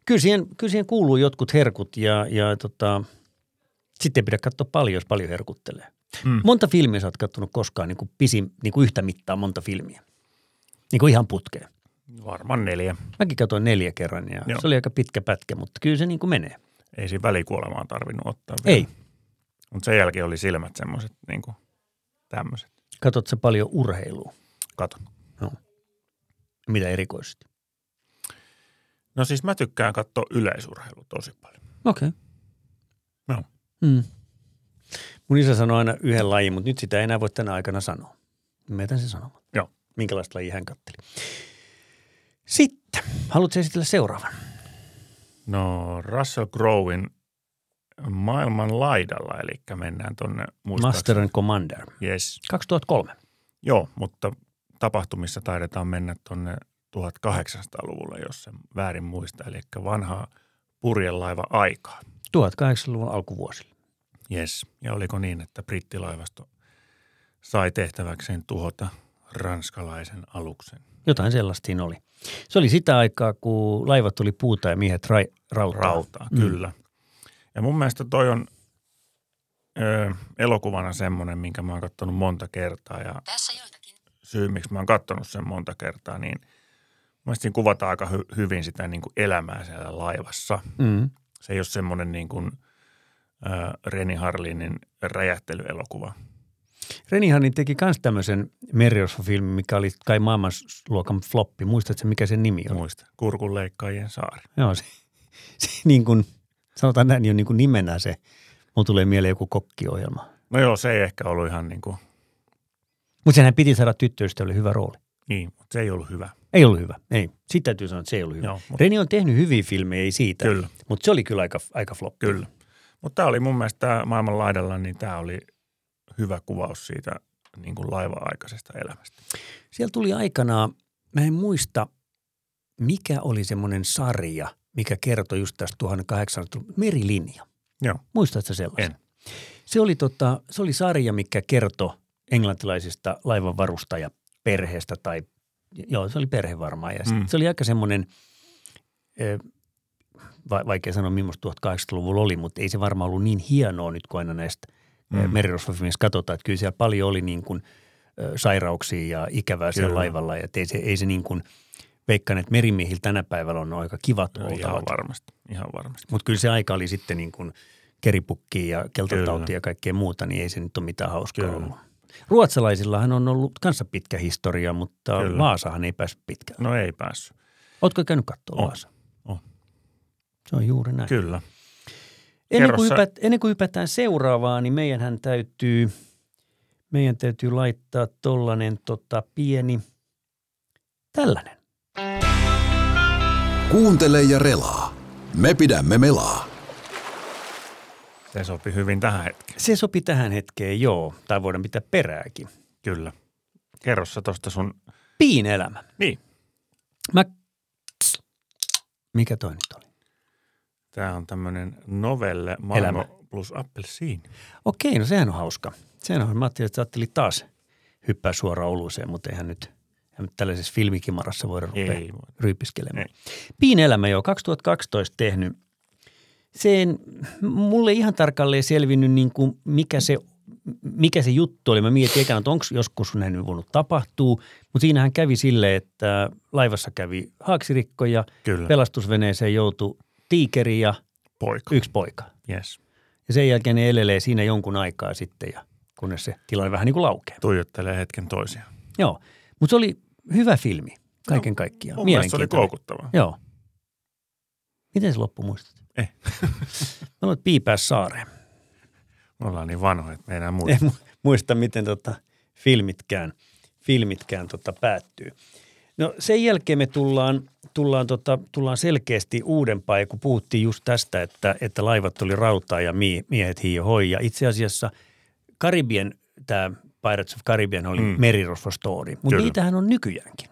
Speaker 3: kyllä, siihen, kyllä siihen kuuluu jotkut herkut ja, ja tota, sitten ei pidä katsoa paljon, jos paljon herkuttelee.
Speaker 2: Mm.
Speaker 3: Mm. Monta filmiä sä oot kattonut koskaan niin kuin pisin, niin kuin yhtä mittaa monta filmiä? Niin kuin ihan putkeen.
Speaker 2: Varmaan neljä.
Speaker 3: Mäkin katsoin neljä kerran ja
Speaker 2: Joo.
Speaker 3: Joo. se oli aika pitkä pätkä, mutta kyllä se niin kuin menee.
Speaker 2: Ei siinä välikuolemaa tarvinnut ottaa vielä.
Speaker 3: Ei.
Speaker 2: Mutta sen jälkeen oli silmät semmoiset niin kuin tämmöiset.
Speaker 3: Katot sä paljon urheilua?
Speaker 2: Kato.
Speaker 3: Mitä erikoisesti?
Speaker 2: No siis mä tykkään katsoa yleisurheilua tosi paljon.
Speaker 3: Okei. Okay.
Speaker 2: Joo.
Speaker 3: Mm. Mun isä sanoi aina yhden lajin, mutta nyt sitä ei enää voi tänä aikana sanoa. Meitä se sanomaan.
Speaker 2: Joo.
Speaker 3: Minkälaista lajia hän katteli. Sitten, haluatko esitellä seuraavan?
Speaker 2: No Russell Crowin maailman laidalla, eli mennään tonne
Speaker 3: Master
Speaker 2: muistaakseni.
Speaker 3: and Commander.
Speaker 2: Yes.
Speaker 3: 2003.
Speaker 2: Joo, mutta tapahtumissa taidetaan mennä tuonne 1800-luvulle, jos en väärin muista, eli vanhaa purjelaiva aikaa.
Speaker 3: 1800-luvun alkuvuosilla.
Speaker 2: Yes. Ja oliko niin, että brittilaivasto sai tehtäväkseen tuhota ranskalaisen aluksen?
Speaker 3: Jotain sellaista siinä oli. Se oli sitä aikaa, kun laivat tuli puuta ja miehet ra- rautaa.
Speaker 2: Rautaa, mm. kyllä. Ja mun mielestä toi on ö, elokuvana semmoinen, minkä mä oon katsonut monta kertaa ja
Speaker 5: Tässä joitakin.
Speaker 2: syy, miksi mä oon katsonut sen monta kertaa, niin mun mielestä siinä kuvataan aika hy- hyvin sitä niin kuin elämää siellä laivassa.
Speaker 3: Mm.
Speaker 2: Se ei ole semmoinen niin kuin äh, Reni Harlinin räjähtelyelokuva.
Speaker 3: Renihanin niin teki myös tämmöisen merirosvofilmin, mikä oli kai maailmansluokan floppi. Muistatko, mikä sen nimi oli?
Speaker 2: Muista. Kurkunleikkaajien saari.
Speaker 3: Joo, se, se niin kuin, sanotaan näin, jo niin kuin nimenä se. Mun tulee mieleen joku kokkiohjelma.
Speaker 2: No joo, se ei ehkä ollut ihan niin kuin,
Speaker 3: Mutta senhän piti saada tyttöystävälle hyvä rooli.
Speaker 2: niin, mutta se ei ollut hyvä.
Speaker 3: Ei ollut hyvä, ei. Sitä täytyy sanoa, että se ei ollut hyvä.
Speaker 2: Joo, mut-
Speaker 3: Reni on tehnyt hyviä filmejä, ei siitä.
Speaker 2: Kyllä.
Speaker 3: Mutta se oli kyllä aika, aika floppi.
Speaker 2: Kyllä. Mutta tämä oli mun mielestä tää maailman laidalla, niin tämä oli hyvä kuvaus siitä niin kuin laiva-aikaisesta elämästä.
Speaker 3: Siellä tuli aikanaan, mä en muista, mikä oli semmoinen sarja, mikä kertoi just tästä 1800 Merilinja.
Speaker 2: Joo.
Speaker 3: Muistatko sellaisen?
Speaker 2: En.
Speaker 3: Se oli, tota, se oli sarja, mikä kertoi englantilaisista laivanvarustajaperheestä tai, joo se oli perhe varmaan. Ja
Speaker 2: Mm.
Speaker 3: mm. Se oli aika semmoinen, ö, va- vaikea sanoa millaista 1800-luvulla oli, mutta ei se varmaan ollut niin hienoa nyt kun aina näistä
Speaker 2: Mm.
Speaker 3: mm. merirosvofilmissä katsotaan. Että kyllä siellä paljon oli niin kuin ö, sairauksia ja ikävää siellä
Speaker 2: Kyllä.
Speaker 3: laivalla. Ja ei se, ei se niin kuin, veikkaan, että merimiehillä tänä päivällä on aika kivat
Speaker 2: No, ihan
Speaker 3: oltavat.
Speaker 2: varmasti, ihan varmasti.
Speaker 3: Mutta kyllä se aika oli sitten niin kuin keripukkiin ja keltatautiin ja kaikkea muuta, niin ei se nyt ole mitään hauskaa
Speaker 2: Kyllä.
Speaker 3: kyllä. ollut. Ruotsalaisillahan on ollut kanssa pitkä historia, mutta
Speaker 2: Kyllä.
Speaker 3: kyllä. Vaasahan ei päässyt pitkään.
Speaker 2: No ei päässyt.
Speaker 3: Ootko käynyt katsoa
Speaker 2: On.
Speaker 3: Vaasa?
Speaker 2: On.
Speaker 3: Se on juuri näin.
Speaker 2: Kyllä.
Speaker 3: Ennen
Speaker 2: Kerro
Speaker 3: kuin,
Speaker 2: sä-
Speaker 3: hypät, ennen kuin hypätään seuraavaan, niin meidänhän täytyy, meidän täytyy laittaa tollanen tota, pieni, tällainen.
Speaker 1: Kuuntele ja relaa. Me pidämme melaa.
Speaker 2: Se sopi hyvin tähän hetkeen.
Speaker 3: Se sopi tähän hetkeen, joo, tai voidaan pitää perääkin.
Speaker 2: Kyllä. Kerro sä tosta sun...
Speaker 3: Piin elämä.
Speaker 2: Niin.
Speaker 3: Mä, mikä toi nyt oli?
Speaker 2: Tämä on tämmöinen novelle Mango
Speaker 3: Elämä.
Speaker 2: plus appelsiini.
Speaker 3: Okei, no sehän on hauska. Sehän on, mä ajattelin, että sä ajattelit taas hyppää suoraan Ouluuseen, mutta eihän nyt Eihän nyt tällaisessa filmikimarassa voida rupea
Speaker 2: Ei voi.
Speaker 3: ryypiskelemään.
Speaker 2: Ei.
Speaker 3: Piinelämä jo 2012 tehnyt. Sen, mulle ei ihan tarkalleen selvinnyt, niin kuin mikä, se, mikä se juttu oli. Mä mietin ekana, että onko joskus näin nyt voinut tapahtua, mutta siinähän kävi silleen, että laivassa kävi haaksirikko ja
Speaker 2: Kyllä.
Speaker 3: pelastusveneeseen joutui tiikeri ja
Speaker 2: Poika.
Speaker 3: yksi poika.
Speaker 2: Yes.
Speaker 3: Ja sen jälkeen ne elelee siinä jonkun aikaa sitten, ja kunnes se tilanne vähän niin kuin laukeaa.
Speaker 2: Tuijottelee hetken toisiaan.
Speaker 3: Joo, mutta se oli hyvä filmi kaiken kaikkiaan.
Speaker 2: Mun mielestä se oli
Speaker 3: Mielenkiintoinen.
Speaker 2: koukuttava.
Speaker 3: Joo. Miten se loppu muistat?
Speaker 2: Ei.
Speaker 3: Me ollaan piipää saareen.
Speaker 2: Me ollaan niin vanhoja, että me ei enää
Speaker 3: En
Speaker 2: muista.
Speaker 3: mu- muista, miten tota filmitkään, filmitkään tota päättyy. No sen jälkeen me tullaan, tullaan, tota, tullaan selkeästi uudempaan, ja kun puhuttiin just tästä, että, että laivat oli rautaa ja mie- miehet hiio hoi. Ja itse asiassa Karibien, tämä Pirates of Caribbean oli mm.
Speaker 2: Mm.
Speaker 3: merirosvostoori, mutta
Speaker 2: Kyllä.
Speaker 3: niitähän on nykyäänkin.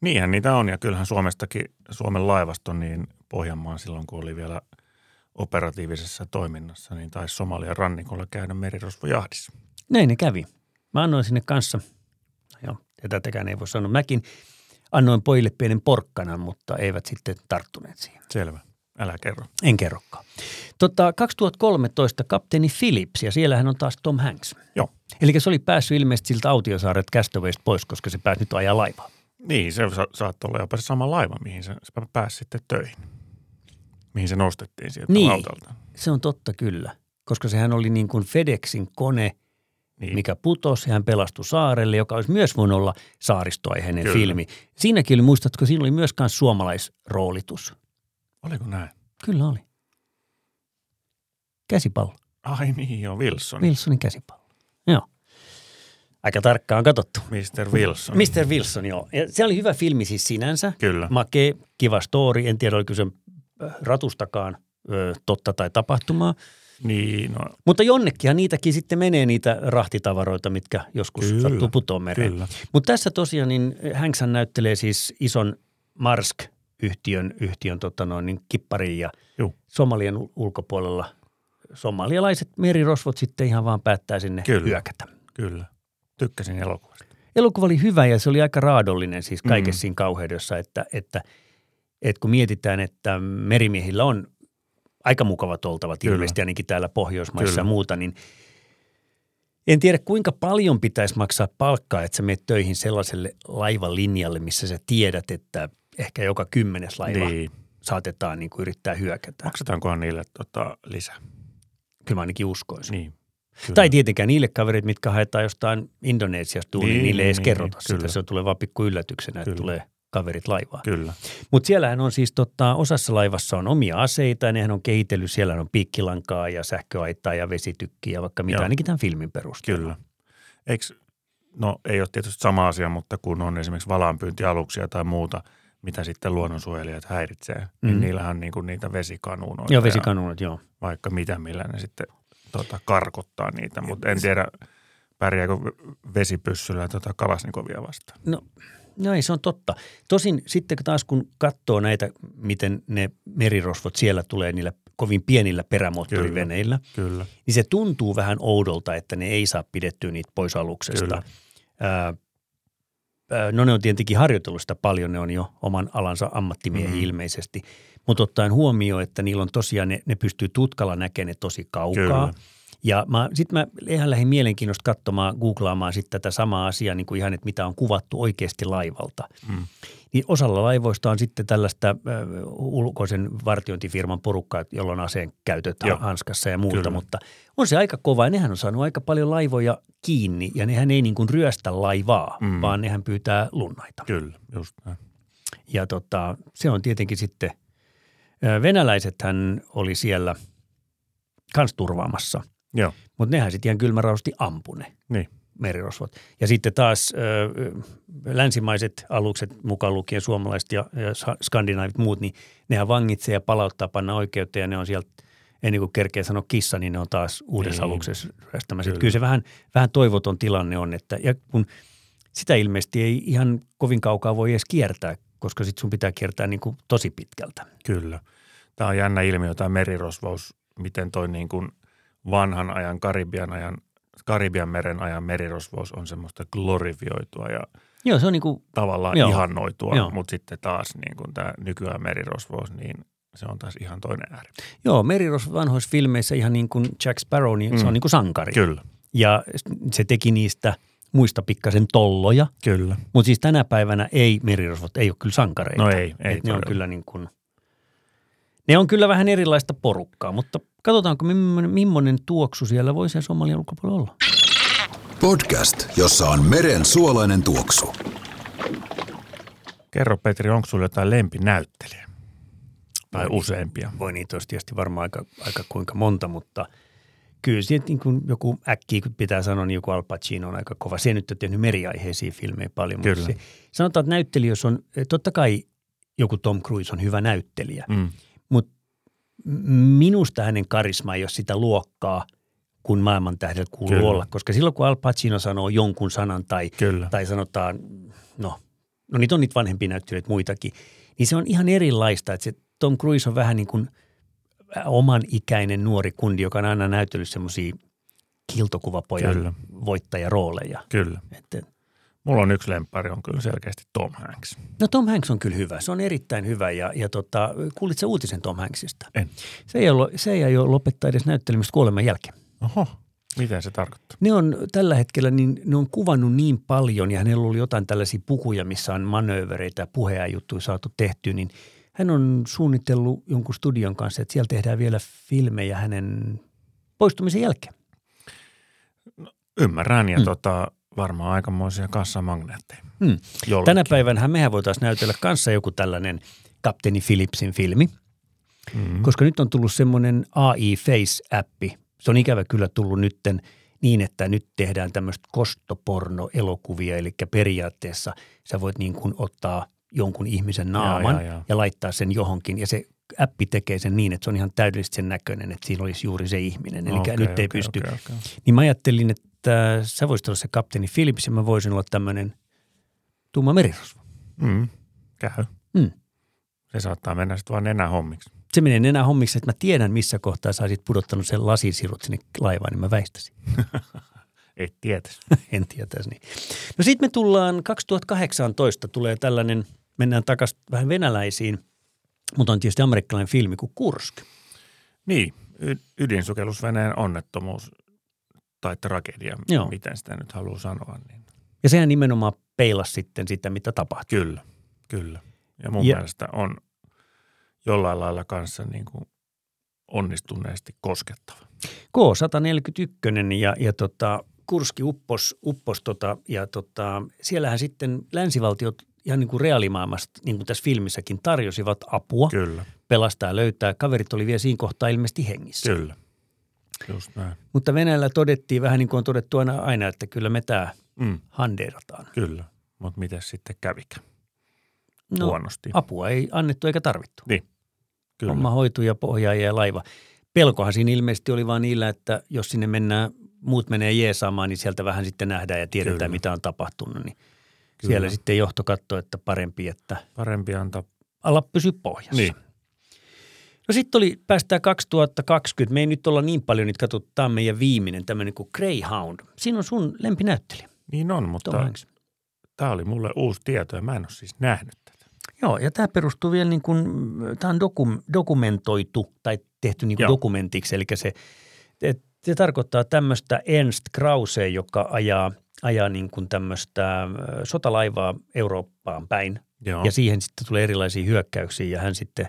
Speaker 2: Niinhän niitä on ja kyllähän Suomestakin, Suomen laivasto niin Pohjanmaan silloin kun oli vielä operatiivisessa toiminnassa, niin taisi Somalian rannikolla käydä merirosvojahdissa.
Speaker 3: Näin ne kävi. Mä annoin sinne kanssa, no joo, ja tätäkään ei voi sanoa, mäkin annoin pojille pienen porkkanan, mutta eivät sitten tarttuneet siihen.
Speaker 2: Selvä. Älä kerro.
Speaker 3: En kerrokaan. Tota, 2013 kapteeni Phillips, ja siellähän on taas Tom Hanks.
Speaker 2: Joo.
Speaker 3: Eli se oli päässyt ilmeisesti siltä autiosaaret Castawaysta pois, koska se pääsi nyt ajaa laivaa.
Speaker 2: Niin, se sa- saattoi olla jopa se sama laiva, mihin se, se pääsi sitten töihin. Mihin se nostettiin sieltä
Speaker 3: Niin.
Speaker 2: lautalta.
Speaker 3: Se on totta kyllä, koska sehän oli niin kuin FedExin kone,
Speaker 2: Niin.
Speaker 3: mikä putosi, hän pelastui saarelle, joka olisi myös voinut olla saaristoaiheinen
Speaker 2: Kyllä.
Speaker 3: filmi. Siinäkin oli, muistatko, siinä oli myös kans suomalaisroolitus.
Speaker 2: Oliko näin?
Speaker 3: Kyllä oli. Käsipallo.
Speaker 2: Ai niin, joo, Wilson.
Speaker 3: Wilsonin käsipallo. Joo. Aika tarkkaan on katsottu.
Speaker 2: Mr. Wilson.
Speaker 3: Mr. Wilson, joo. Ja se oli hyvä filmi siis sinänsä.
Speaker 2: Kyllä.
Speaker 3: Make, kiva story. En tiedä, oliko se äh, ratustakaan ö, totta tai tapahtumaa.
Speaker 2: Niin, no
Speaker 3: Mutta jonnekinhan niitäkin sitten menee niitä rahtitavaroita, mitkä joskus
Speaker 2: Kyllä,
Speaker 3: sattuu putoon mereen.
Speaker 2: kyllä.
Speaker 3: Mutta tässä tosiaan niin Hänksän näyttelee siis ison Marsk-yhtiön yhtiön, tota noin, niin kippariin ja
Speaker 2: Juu.
Speaker 3: Somalian ul- ulkopuolella somalialaiset merirosvot sitten ihan vaan päättää sinne
Speaker 2: Kyllä.
Speaker 3: hyökätä.
Speaker 2: kyllä. Tykkäsin elokuvasta.
Speaker 3: Elokuva oli hyvä ja se oli aika raadollinen siis kaikessa
Speaker 2: Mm.
Speaker 3: siinä kauheudessa, että, että, että kun mietitään, että merimiehillä on aika mukavat oltavat
Speaker 2: Kyllä.
Speaker 3: ilmeisesti ainakin täällä Pohjoismaissa ja
Speaker 2: Kyllä.
Speaker 3: muuta, niin en tiedä kuinka paljon pitäisi maksaa palkkaa, että sä menet töihin sellaiselle laivalinjalle, missä sä tiedät, että ehkä joka kymmenes laiva niin.
Speaker 2: Niin.
Speaker 3: saatetaan niin kuin yrittää hyökätä.
Speaker 2: Maksetaankohan niille tota, lisää?
Speaker 3: Kyllä mä ainakin uskoisin.
Speaker 2: Niin. Kyllä.
Speaker 3: Tai tietenkään niille kaverit, mitkä haetaan jostain Indonesiasta tuuli, niin,
Speaker 2: Niin,
Speaker 3: niille ei edes
Speaker 2: niin,
Speaker 3: kerrota
Speaker 2: niin,
Speaker 3: sitä.
Speaker 2: kyllä.
Speaker 3: Se tulee vaan pikku yllätyksenä, että
Speaker 2: Kyllä.
Speaker 3: tulee kaverit laivaan.
Speaker 2: Kyllä.
Speaker 3: Mutta siellähän on siis tota, osassa laivassa on omia aseita ja nehän on kehitellyt. Siellä on piikkilankaa ja sähköaitaa ja vesitykkiä ja vaikka mitä,
Speaker 2: Joo.
Speaker 3: ainakin tämän filmin perusteella.
Speaker 2: Kyllä. Eiks, no ei ole tietysti sama asia, mutta kun on esimerkiksi valaanpyyntialuksia tai muuta, mitä sitten luonnonsuojelijat häiritsee, mm.
Speaker 3: Mm.
Speaker 2: niin niillähän on niinku niitä vesikanuunoita
Speaker 3: Joo, vesikanuunat, joo.
Speaker 2: ja vaikka mitä, millä ne sitten tota, karkottaa niitä, mutta en tiedä pärjääkö v- vesipyssyllä tota kalasnikovia vastaan.
Speaker 3: No, no ei, se on totta. Tosin sitten kun taas kun katsoo näitä, miten ne merirosvot siellä tulee niillä kovin pienillä perämoottoriveneillä,
Speaker 2: Kyllä.
Speaker 3: niin se tuntuu vähän oudolta, että ne ei saa pidettyä niitä pois aluksesta.
Speaker 2: Kyllä.
Speaker 3: Ää, ää, no ne on tietenkin harjoitellut sitä paljon, ne on jo oman alansa ammattimiehiä
Speaker 2: Mhm.
Speaker 3: ilmeisesti. Mutta ottaen huomioon, että niillä on tosiaan, ne, ne pystyy tutkalla näkemään ne tosi kaukaa.
Speaker 2: Kyllä.
Speaker 3: Ja mä, sit mä ihan lähdin mielenkiinnosta katsomaan, googlaamaan sitten tätä samaa asiaa, niin kuin ihan, että mitä on kuvattu oikeasti laivalta.
Speaker 2: Mm.
Speaker 3: Niin osalla laivoista on sitten tällaista äh, ulkoisen vartiointifirman porukkaa, jolla on aseen käytöt
Speaker 2: Joo.
Speaker 3: hanskassa ja muuta,
Speaker 2: Kyllä.
Speaker 3: mutta on se aika kova. Ja nehän on saanut aika paljon laivoja kiinni ja nehän ei niin kuin ryöstä laivaa, mm.
Speaker 2: Mm.
Speaker 3: vaan nehän pyytää lunnaita.
Speaker 2: Kyllä, just näin.
Speaker 3: Ja tota, se on tietenkin sitten, ö, venäläisethän oli siellä kans turvaamassa,
Speaker 2: Joo,
Speaker 3: mutta nehän sitten ihan kylmärausti ampune
Speaker 2: niin.
Speaker 3: merirosvot. Ja sitten taas ö, ö, länsimaiset alukset, mukaan lukien suomalaiset ja, ja sa- skandinaavit muut, niin nehän vangitsee ja palauttaa, panna oikeuteen ja ne on sieltä, ennen kuin kerkeä sanoa kissa, niin ne on taas uudessa
Speaker 2: Niin.
Speaker 3: aluksessa ryöstämässä. Kyllä.
Speaker 2: Kyllä.
Speaker 3: Kyllä se vähän, vähän toivoton tilanne on, että ja kun sitä ilmeisesti ei ihan kovin kaukaa voi edes kiertää, koska sitten sun pitää kiertää niin kuin tosi pitkältä.
Speaker 2: Kyllä. Tämä on jännä ilmiö, tämä merirosvous, miten toi niin kuin vanhan ajan, Karibian ajan, Karibian meren ajan merirosvous on semmoista glorifioitua ja
Speaker 3: Joo, se on niin kuin,
Speaker 2: tavallaan
Speaker 3: Joo.
Speaker 2: Joo. ihannoitua,
Speaker 3: Joo.
Speaker 2: mutta sitten taas niin kuin tämä nykyään merirosvous, niin se on taas ihan toinen ääri.
Speaker 3: joo, merirosvo vanhoissa filmeissä ihan niin kuin Jack Sparrow, niin mm. se
Speaker 2: Mm.
Speaker 3: on niin kuin sankari.
Speaker 2: Kyllä,
Speaker 3: Ja se teki niistä muista pikkasen tolloja,
Speaker 2: kyllä.
Speaker 3: mutta siis tänä päivänä ei merirosvot, ei ole kyllä sankareita.
Speaker 2: No ei, ei.
Speaker 3: Et ne on
Speaker 2: todella.
Speaker 3: kyllä niin kuin, ne on kyllä vähän erilaista porukkaa, mutta katsotaanko millainen, millainen tuoksu siellä voi siellä Somalian ulkopuolella olla.
Speaker 1: Podcast, jossa on meren suolainen tuoksu.
Speaker 2: Kerro Petri, onko sulla jotain lempinäyttelijä? Tai useampia?
Speaker 3: Voi niitä olisi tietysti varmaan aika, aika kuinka monta, mutta kyllä siitä niin kuin joku äkkiä, kun pitää sanoa, niin joku Al Pacino on aika kova. Se nyt on tehnyt meriaiheisia filmejä paljon,
Speaker 2: Kyllä.
Speaker 3: mutta se, sanotaan, että näyttelijöissä on, totta kai joku Tom Cruise on hyvä näyttelijä,
Speaker 2: Mm.
Speaker 3: mutta minusta hänen karisma ei ole sitä luokkaa, kun maailman tähdellä kuuluu
Speaker 2: Kyllä.
Speaker 3: olla. Koska silloin, kun Al Pacino sanoo jonkun sanan tai,
Speaker 2: Kyllä.
Speaker 3: tai sanotaan, no, no niitä on niitä vanhempia näyttelijöitä muitakin, niin se on ihan erilaista. Että se Tom Cruise on vähän niin kuin äh, oman ikäinen nuori kundi, joka on aina näytellyt semmoisia kiltokuvapojan
Speaker 2: Kyllä.
Speaker 3: voittajarooleja.
Speaker 2: Kyllä.
Speaker 3: Että,
Speaker 2: Mulla on yksi lemppari, on kyllä selkeästi Tom Hanks.
Speaker 3: no Tom Hanks on kyllä hyvä, se on erittäin hyvä ja, ja tota, kuulitko uutisen Tom Hanksista?
Speaker 2: En.
Speaker 3: Se ei, ole, se ei aio lopettaa edes näyttelemistä kuoleman jälkeen.
Speaker 2: Oho, mitä se tarkoittaa?
Speaker 3: Ne on tällä hetkellä, niin ne on kuvannut niin paljon ja hänellä oli jotain tällaisia pukuja, missä on manöövereitä ja puheja juttuja saatu tehty, niin hän on suunnitellut jonkun studion kanssa, että siellä tehdään vielä filmejä hänen poistumisen jälkeen.
Speaker 2: Ymmärrän ja
Speaker 3: Mm.
Speaker 2: mm. tota, varmaan aikamoisia kassamagneetteja.
Speaker 3: Mm.
Speaker 2: Jollekin.
Speaker 3: Tänä päivänä mehän voitaisiin näytellä kanssa joku tällainen kapteeni Philipsin filmi,
Speaker 2: mm.
Speaker 3: Mm-hmm. koska nyt on tullut semmoinen AI Face-appi. Se on ikävä kyllä tullut nytten niin, että nyt tehdään tämmöistä kostoporno-elokuvia, eli periaatteessa sä voit niin kuin ottaa jonkun ihmisen
Speaker 2: Jaa,
Speaker 3: naaman ja,
Speaker 2: jaa, jaa.
Speaker 3: laittaa sen johonkin, ja se appi tekee sen niin, että se on ihan täydellisesti sen näköinen, että siinä olisi juuri se ihminen, eli okay,
Speaker 2: Okei,
Speaker 3: nyt ei
Speaker 2: okei,
Speaker 3: pysty.
Speaker 2: okei, okei.
Speaker 3: Niin mä ajattelin, että sä voisit olla se kapteeni Phillips, ja mä voisin olla tämmöinen tumma merirosvo.
Speaker 2: Mm. Käy.
Speaker 3: Mm.
Speaker 2: Se saattaa mennä sitten vaan enää hommiksi.
Speaker 3: se menee enää hommiksi, että mä tiedän missä kohtaa sä olisit pudottanut sen lasisirut sinne laivaan, niin mä väistäisin.
Speaker 2: Ei tietäisi.
Speaker 3: en tietäisi niin. No sitten me tullaan 2018, tulee tällainen, mennään takaisin vähän venäläisiin, mutta on tietysti amerikkalainen filmi kuin Kursk.
Speaker 2: Niin, y- ydinsukellusveneen onnettomuus tai tragedia,
Speaker 3: Joo.
Speaker 2: Joo. miten sitä nyt haluaa sanoa. Niin.
Speaker 3: Ja sehän nimenomaan peilasi sitten sitä, mitä tapahtui.
Speaker 2: Kyllä, kyllä. Ja mun
Speaker 3: Ja-
Speaker 2: ja. mielestä on jollain lailla kanssa niin kuin onnistuneesti koskettava.
Speaker 3: K141 ja, ja tota, Kurski uppos, uppos tota, ja tota, siellähän sitten länsivaltiot ihan niin kuin reaalimaailmasta, niin kuin tässä filmissäkin, tarjosivat apua.
Speaker 2: Kyllä,
Speaker 3: pelastaa ja löytää. Kaverit oli vielä siinä kohtaa ilmeisesti hengissä.
Speaker 2: kyllä. Just näin.
Speaker 3: Mutta Venäjällä todettiin vähän niin kuin on todettu aina, aina että kyllä me tämä
Speaker 2: Mm,
Speaker 3: handeerataan.
Speaker 2: kyllä, mutta miten sitten kävikään?
Speaker 3: No,
Speaker 2: Huonosti.
Speaker 3: apua ei annettu eikä tarvittu.
Speaker 2: Niin, kyllä.
Speaker 3: Homma hoituu ja pohjaaja ja laiva. Pelkohan siinä ilmeisesti oli vaan niillä, että jos sinne mennään, muut menee jeesaamaan, niin sieltä vähän sitten nähdään ja tiedetään,
Speaker 2: Kyllä.
Speaker 3: mitä on tapahtunut. Niin
Speaker 2: Kyllä.
Speaker 3: siellä sitten johto katsoi, että parempi, että
Speaker 2: Parempi antaa.
Speaker 3: ala pysyä pohjassa.
Speaker 2: Niin.
Speaker 3: No sitten oli, päästään 2020, me ei nyt olla niin paljon, nyt katsottu, tämä on meidän viimeinen tämmöinen kuin Greyhound. Siinä on sun lempinäyttelijä,
Speaker 2: Niin on,
Speaker 3: Tom
Speaker 2: mutta
Speaker 3: Hanks.
Speaker 2: tämä oli mulle uusi tieto ja mä en ole siis nähnyt tätä.
Speaker 3: Joo, ja tämä perustuu vielä niin kuin, tämä on dokum, dokumentoitu tai tehty niin kuin
Speaker 2: Joo.
Speaker 3: dokumentiksi, eli se, et, se tarkoittaa tämmöistä Ernst Krause, joka ajaa, ajaa niin kuin tämmöistä ö, sotalaivaa Eurooppaan päin,
Speaker 2: Joo,
Speaker 3: ja siihen sitten tulee erilaisia hyökkäyksiä, ja hän sitten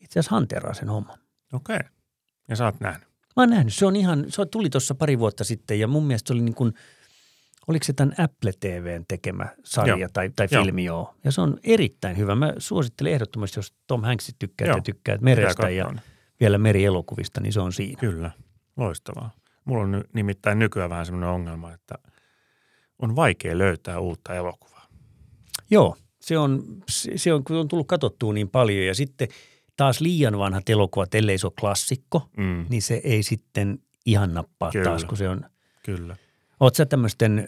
Speaker 3: itse asiassa hanteeraa sen homman.
Speaker 2: okei. Okay. Ja sä oot nähnyt.
Speaker 3: Mä oon nähnyt. Se, on ihan, se tuli tuossa pari vuotta sitten ja mun mielestä se oli niin kuin, oliko se tämän Apple TVn tekemä sarja
Speaker 2: Joo.
Speaker 3: tai, tai
Speaker 2: Joo.
Speaker 3: filmi joo. Ja se on erittäin hyvä. Mä suosittelen ehdottomasti, jos Tom Hanks tykkää ja
Speaker 2: Joo.
Speaker 3: tykkäät
Speaker 2: Pitää
Speaker 3: merestä ja
Speaker 2: katsoa ne.
Speaker 3: vielä merielokuvista, niin se on siinä.
Speaker 2: Kyllä, loistavaa. Mulla on ny- nimittäin nykyään vähän semmoinen ongelma, että on vaikea löytää uutta elokuvaa.
Speaker 3: Joo, se on, se se on, kun on tullut katsottua niin paljon ja sitten taas liian vanhat elokuvat, ellei se ole klassikko,
Speaker 2: Mm,
Speaker 3: niin se ei sitten ihan nappaa Kyllä.
Speaker 2: Kyllä.
Speaker 3: taas, kun se on.
Speaker 2: Kyllä.
Speaker 3: Oot sä tämmöisten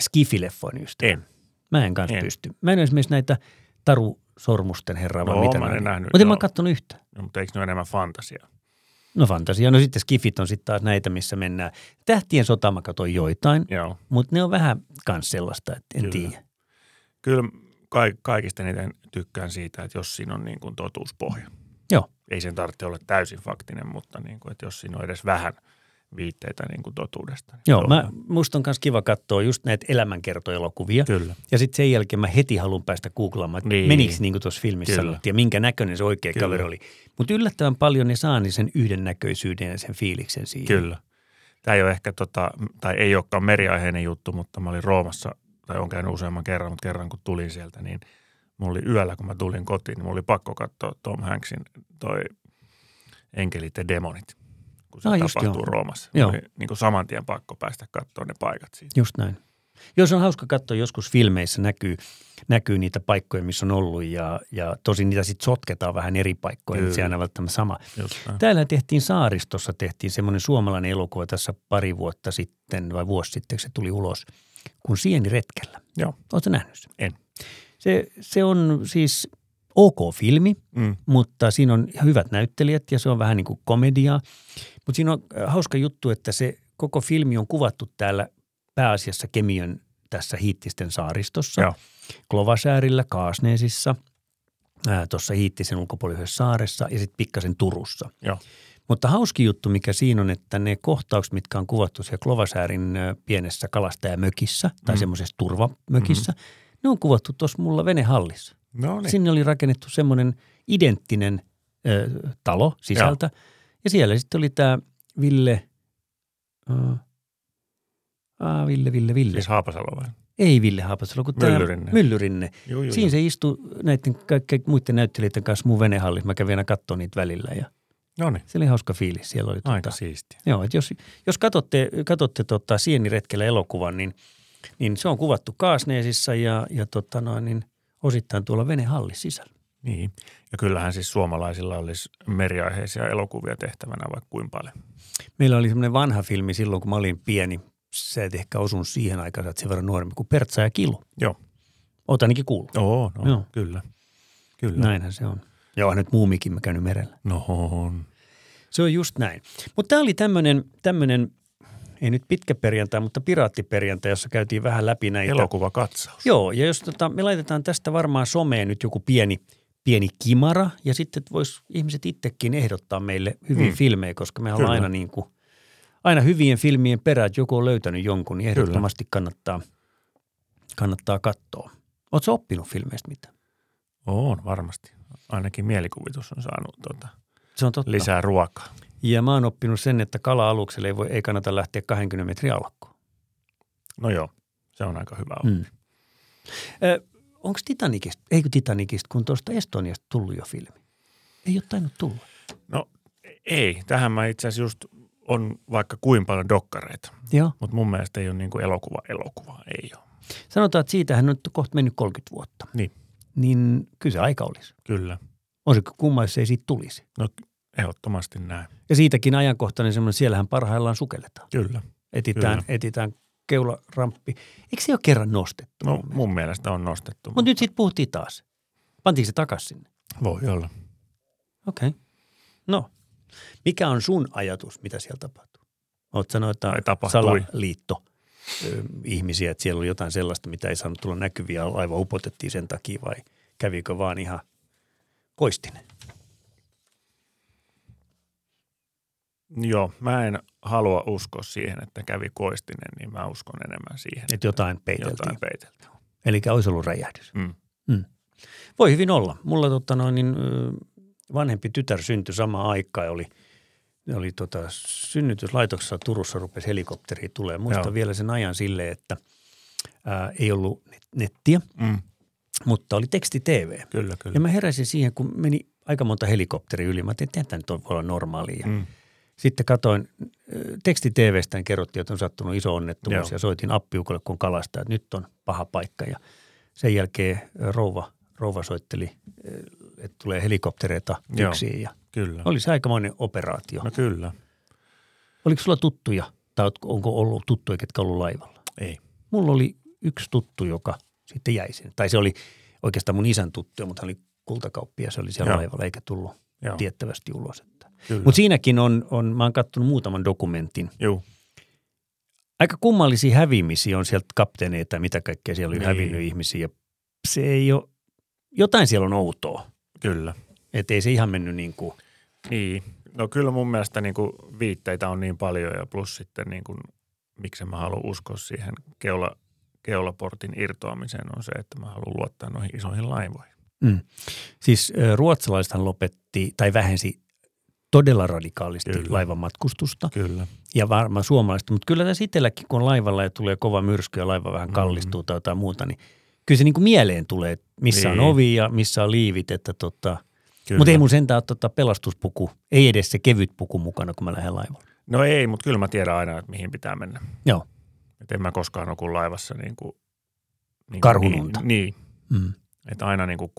Speaker 3: skifileffojen ystävä?
Speaker 2: En.
Speaker 3: Mä en kanssa
Speaker 2: En.
Speaker 3: pysty. Mä en ole esimerkiksi näitä Taru Sormusten herraa, vaan
Speaker 2: No,
Speaker 3: mitä
Speaker 2: mä en
Speaker 3: ne on.
Speaker 2: nähnyt,
Speaker 3: Mutta en mä
Speaker 2: joo.
Speaker 3: oon kattonut yhtä.
Speaker 2: No, mutta eikö ne ole enemmän fantasiaa?
Speaker 3: No fantasia. No sitten skifit on sitten taas näitä, missä mennään. Tähtien sota mä katsoin joitain,
Speaker 2: Joo.
Speaker 3: mutta ne on vähän kans sellaista, että en
Speaker 2: Kyllä.
Speaker 3: tiedä.
Speaker 2: Kyllä ka- kaikista niiden tykkään siitä, että jos siinä on niin kuin totuuspohja.
Speaker 3: Joo.
Speaker 2: Ei sen tarvitse olla täysin faktinen, mutta niin kuin, että jos siinä on edes vähän viitteitä niin kuin totuudesta. niin
Speaker 3: Joo,
Speaker 2: se on
Speaker 3: mä,
Speaker 2: hyvä.
Speaker 3: musta on myös kiva katsoa just näitä elämänkertoelokuvia.
Speaker 2: Kyllä.
Speaker 3: Ja sitten sen jälkeen mä heti haluan päästä googlaamaan, että niin.
Speaker 2: Niin.
Speaker 3: menikö niin kuin tuossa filmissä
Speaker 2: Kyllä.
Speaker 3: sanottiin ja minkä näköinen se oikea
Speaker 2: Kyllä.
Speaker 3: kaveri oli. Mutta yllättävän paljon ne saa niin sen yhdennäköisyyden ja sen fiiliksen siihen.
Speaker 2: Kyllä. Tämä ei ole ehkä, tota, tai ei olekaan meriaiheinen juttu, mutta mä olin Roomassa, tai olen käynyt useamman kerran, mutta kerran kun tulin sieltä, niin mulla oli yöllä, kun mä tulin kotiin, niin mulla oli pakko katsoa Tom Hanksin toi Enkelit ja demonit, kun se
Speaker 3: Ah, just
Speaker 2: tapahtuu
Speaker 3: joo.
Speaker 2: Roomassa.
Speaker 3: Joo.
Speaker 2: Joo. Oli niin kuin saman tien pakko päästä katsoa ne paikat siitä.
Speaker 3: Just näin. Jos on hauska katsoa, joskus filmeissä näkyy, näkyy niitä paikkoja, missä on ollut ja, ja tosin niitä sitten sotketaan vähän eri paikkoihin, että se ei aina välttämättä sama.
Speaker 2: Just näin.
Speaker 3: Täällä tehtiin Saaristossa, tehtiin semmoinen suomalainen elokuva tässä pari vuotta sitten vai vuosi sitten, kun se tuli ulos, kun sieni retkellä.
Speaker 2: Joo.
Speaker 3: Oletko nähnyt sen?
Speaker 2: En.
Speaker 3: Se, se on siis ok filmi,
Speaker 2: Mm.
Speaker 3: mutta siinä on ihan hyvät näyttelijät ja se on vähän niin kuin komediaa. Mutta siinä on äh, hauska juttu, että se koko filmi on kuvattu täällä pääasiassa Kemiön tässä Hiittisten saaristossa,
Speaker 2: Joo.
Speaker 3: Klovasäärillä, Kaasneesissa, ää, tuossa Hiittisen ulkopuolisessa saaressa ja sitten pikkasen Turussa.
Speaker 2: Joo.
Speaker 3: Mutta hauski juttu, mikä siinä on, että ne kohtaukset, mitkä on kuvattu siellä Klovasäärin ö, pienessä kalastajamökissä tai
Speaker 2: Mm. Mm-hmm.
Speaker 3: semmoisessa turvamökissä, ne on kuvattu tuossa mulla venehallissa.
Speaker 2: No niin.
Speaker 3: Sinne oli rakennettu semmoinen identtinen ö, talo sisältä. Joo. Ja siellä sitten oli tämä Ville, ö, aa, Ville, Ville, Ville.
Speaker 2: Siis Haapasalo vai?
Speaker 3: Ei Ville Haapasalo, kun tämä
Speaker 2: Myllyrinne.
Speaker 3: Myllyrinne.
Speaker 2: Joo, joo,
Speaker 3: Siinä se istui näiden kaikkien muiden näyttelijöiden kanssa mun venehallissa. Mä kävin aina katsoa niitä välillä ja
Speaker 2: No niin.
Speaker 3: se oli hauska fiilis. Siellä oli tota-
Speaker 2: Aika siistiä.
Speaker 3: Joo, että jos, jos katsotte, katsotte tota Sieniretkellä elokuvan, niin, niin se on kuvattu Kaasneesissa ja, ja tota noin, niin osittain tuolla venehallin sisällä.
Speaker 2: Niin. Ja kyllähän siis suomalaisilla olisi meriaiheisia elokuvia tehtävänä vaikka kuinka paljon.
Speaker 3: Meillä oli semmoinen vanha filmi silloin, kun mä olin pieni. Sä et ehkä osunut siihen aikaan, sä oot sen verran nuorempi kuin Pertsa ja Kilu.
Speaker 2: Joo.
Speaker 3: Oot ainakin kuullut.
Speaker 2: Oo, no,
Speaker 3: Joo.
Speaker 2: kyllä. Kyllä.
Speaker 3: Näinhän se on. Joo, nyt muumikin mä käynyt merellä.
Speaker 2: No on.
Speaker 3: Se on just näin. Mutta tämä oli tämmöinen, tämmönen, ei nyt pitkä perjantai, mutta piraattiperjantai, jossa käytiin vähän läpi näitä.
Speaker 2: Elokuvakatsaus.
Speaker 3: Joo, ja jos tota, me laitetaan tästä varmaan someen nyt joku pieni, pieni kimara, ja sitten vois ihmiset itsekin ehdottaa meille hyviä mm.
Speaker 2: Mm.
Speaker 3: filmejä, koska me ollaan
Speaker 2: Kyllä.
Speaker 3: aina niin kuin, aina hyvien filmien perään, että joku on löytänyt jonkun, niin ehdottomasti kannattaa, kannattaa katsoa. Oletko oppinut filmeistä mitään?
Speaker 2: On varmasti. Ainakin mielikuvitus on saanut tuota,
Speaker 3: Se on totta.
Speaker 2: lisää ruokaa.
Speaker 3: Ja mä oon oppinut sen, että kala-alukselle ei, voi, ei kannata lähteä 20 metriä alkoon.
Speaker 2: No joo, se on aika hyvä. Mm.
Speaker 3: Mm. Onko Titanikista, eikö Titanikista, kun tuosta Estoniasta tullut jo filmi? Ei ole tainnut tulla.
Speaker 2: No ei, tähän mä itse asiassa just on vaikka kuin paljon dokkareita,
Speaker 3: Joo.
Speaker 2: mutta mun mielestä ei ole niin kuin elokuva elokuva, ei ole.
Speaker 3: Sanotaan, että siitähän on nyt kohta mennyt 30 vuotta.
Speaker 2: Niin.
Speaker 3: Niin kyllä se aika olisi.
Speaker 2: Kyllä.
Speaker 3: On se kumma, jos ei siitä tulisi.
Speaker 2: No ehdottomasti näin.
Speaker 3: Ja siitäkin ajankohtainen semmoinen, siellähän parhaillaan sukelletaan.
Speaker 2: Kyllä.
Speaker 3: Etitään,
Speaker 2: Kyllä.
Speaker 3: etitään keularamppi. Eikö se ole kerran nostettu?
Speaker 2: No mun mielestä on nostettu.
Speaker 3: Mutta nyt siitä puhuttiin taas. Pantiinko se takaisin sinne?
Speaker 2: Voi olla.
Speaker 3: Okei. Okay. No, mikä on sun ajatus, mitä siellä tapahtuu? Oot sanoa, että
Speaker 2: Tai tapahtui.
Speaker 3: salaliitto ö, ihmisiä, että siellä oli jotain sellaista, mitä ei saanut tulla näkyviä, laiva upotettiin sen takia vai kävikö vaan ihan koistinen?
Speaker 2: Joo, mä en halua uskoa siihen, että kävi koistinen, niin mä uskon enemmän siihen.
Speaker 3: Että jotain peiteltiin.
Speaker 2: Jotain peiteltiin.
Speaker 3: Eli olisi ollut räjähdys.
Speaker 2: Mm.
Speaker 3: Voi hyvin olla. Mulla tota noin, niin, ö, vanhempi tytär syntyi samaan aikaan ja oli, oli tota, synnytyslaitoksessa Turussa rupesi helikopteri tulee. Muistan
Speaker 2: Joo.
Speaker 3: vielä sen ajan silleen, että ää, ei ollut net- nettiä,
Speaker 2: Mm.
Speaker 3: mutta oli teksti TV.
Speaker 2: Kyllä, kyllä.
Speaker 3: Ja mä heräsin siihen, kun meni aika monta helikopteri yli. Mä ajattelin, että tämä nyt on- voi olla normaalia. Mm.
Speaker 2: Mm.
Speaker 3: Sitten katoin, ö, teksti TVstään kerrottiin, että on sattunut iso onnettomuus
Speaker 2: Joo.
Speaker 3: ja soitin appiukolle, kun kalastaa, että nyt on paha paikka. Ja sen jälkeen ö, rouva, rouva soitteli, ö, että tulee helikoptereita
Speaker 2: Joo.
Speaker 3: yksiin ja
Speaker 2: Kyllä.
Speaker 3: oli se aikamoinen operaatio.
Speaker 2: No kyllä.
Speaker 3: Oliko sulla tuttuja tai ootko- onko ollut tuttuja, ketkä ollut laivalla?
Speaker 2: Ei.
Speaker 3: Mulla oli yksi tuttu, joka sitten jäi sinne. Tai se oli oikeastaan mun isän tuttu, mutta hän oli kultakauppia, se oli siellä
Speaker 2: Joo.
Speaker 3: laivalla eikä tullut
Speaker 2: Joo.
Speaker 3: tiettävästi ulos.
Speaker 2: Kyllä.
Speaker 3: Mutta siinäkin on, on, mä oon kattonut muutaman dokumentin.
Speaker 2: Juu.
Speaker 3: Aika kummallisia häviämisiä on sieltä kapteeneita, mitä kaikkea siellä oli niin.
Speaker 2: Niin.
Speaker 3: hävinnyt ihmisiä ja se ei ole, jotain siellä on outoa.
Speaker 2: Kyllä.
Speaker 3: Että ei se ihan mennyt niin kuin,
Speaker 2: Niin. No kyllä mun mielestä niin kuin viitteitä on niin paljon ja plus sitten niin kuin, miksi mä haluan uskoa siihen keula, keulaportin irtoamiseen on se, että mä haluan luottaa noihin isoihin laivoihin.
Speaker 3: mm. Siis ö, ruotsalaisethan lopetti tai vähensi todella radikaalisti
Speaker 2: Kyllä.
Speaker 3: laivamatkustusta
Speaker 2: Kyllä.
Speaker 3: ja varmaan suomalaiset, mutta kyllä tässä itselläkin, kun on laivalla ja tulee kova myrsky ja laiva vähän kallistuu mm. tai jotain muuta, niin kyllä se niin kuin mieleen tulee, että missä niin.
Speaker 2: Niin.
Speaker 3: on ovi ja missä on liivit, että tota,
Speaker 2: kyllä.
Speaker 3: mutta ei mun sentään ole tota pelastuspuku, ei edes se kevyt puku mukana, kun mä lähden laivalle.
Speaker 2: No ei, mutta kyllä mä tiedän aina, että mihin pitää mennä.
Speaker 3: Joo.
Speaker 2: Et en mä koskaan nuku laivassa niin kuin, niin
Speaker 3: Karhununta.
Speaker 2: Niin, niin.
Speaker 3: Mm.
Speaker 2: Että aina niin kuin,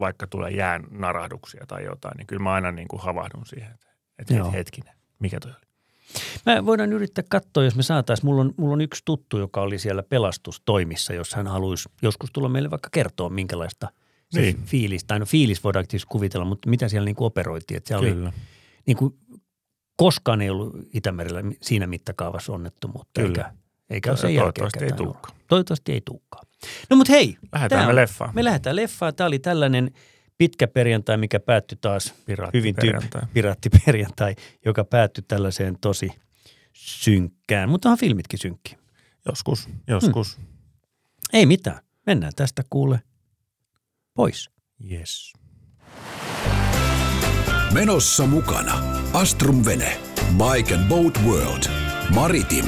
Speaker 2: vaikka tulee jään narahduksia tai jotain, niin kyllä mä aina niin kuin havahdun siihen, että et,
Speaker 3: Joo.
Speaker 2: et, hetkinen, mikä toi oli?
Speaker 3: Mä voidaan yrittää katsoa, jos me saataisiin. Mulla on, mulla on yksi tuttu, joka oli siellä pelastustoimissa, jos hän haluaisi joskus tulla meille vaikka kertoa, minkälaista se
Speaker 2: Niin.
Speaker 3: fiilis, tai no fiilis voidaan tietysti kuvitella, mutta mitä siellä niin kuin operoitiin. Että siellä oli, niin kuin, koskaan ei ollut Itämerellä mi- siinä mittakaavassa onnettomuutta.
Speaker 2: Kyllä.
Speaker 3: Eikä, eikä ole sen jälkeen
Speaker 2: Toivottavasti ei
Speaker 3: ketään ollut.
Speaker 2: tulekaan.
Speaker 3: Toivottavasti ei tulekaan. No mutta hei.
Speaker 2: Lähdetään
Speaker 3: tää
Speaker 2: me
Speaker 3: on-
Speaker 2: leffaan.
Speaker 3: Me lähdetään leffaan. Tämä oli tällainen pitkä perjantai, mikä päättyi taas hyvin
Speaker 2: Piraattiperjantai.
Speaker 3: tyyppi, piraattiperjantai, joka päättyi tällaiseen tosi synkkään. Mutta onhan filmitkin synkki.
Speaker 2: Joskus, joskus.
Speaker 3: Hmm. Ei mitään. Mennään tästä kuule pois.
Speaker 2: Yes.
Speaker 1: Menossa mukana Astrum Vene, Bike and Boat World, Maritim,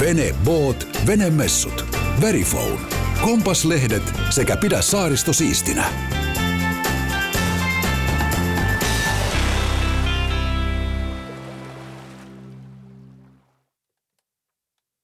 Speaker 1: Vene Boat, Venemessut, Verifone, Kompaslehdet sekä Pidä saaristo siistinä.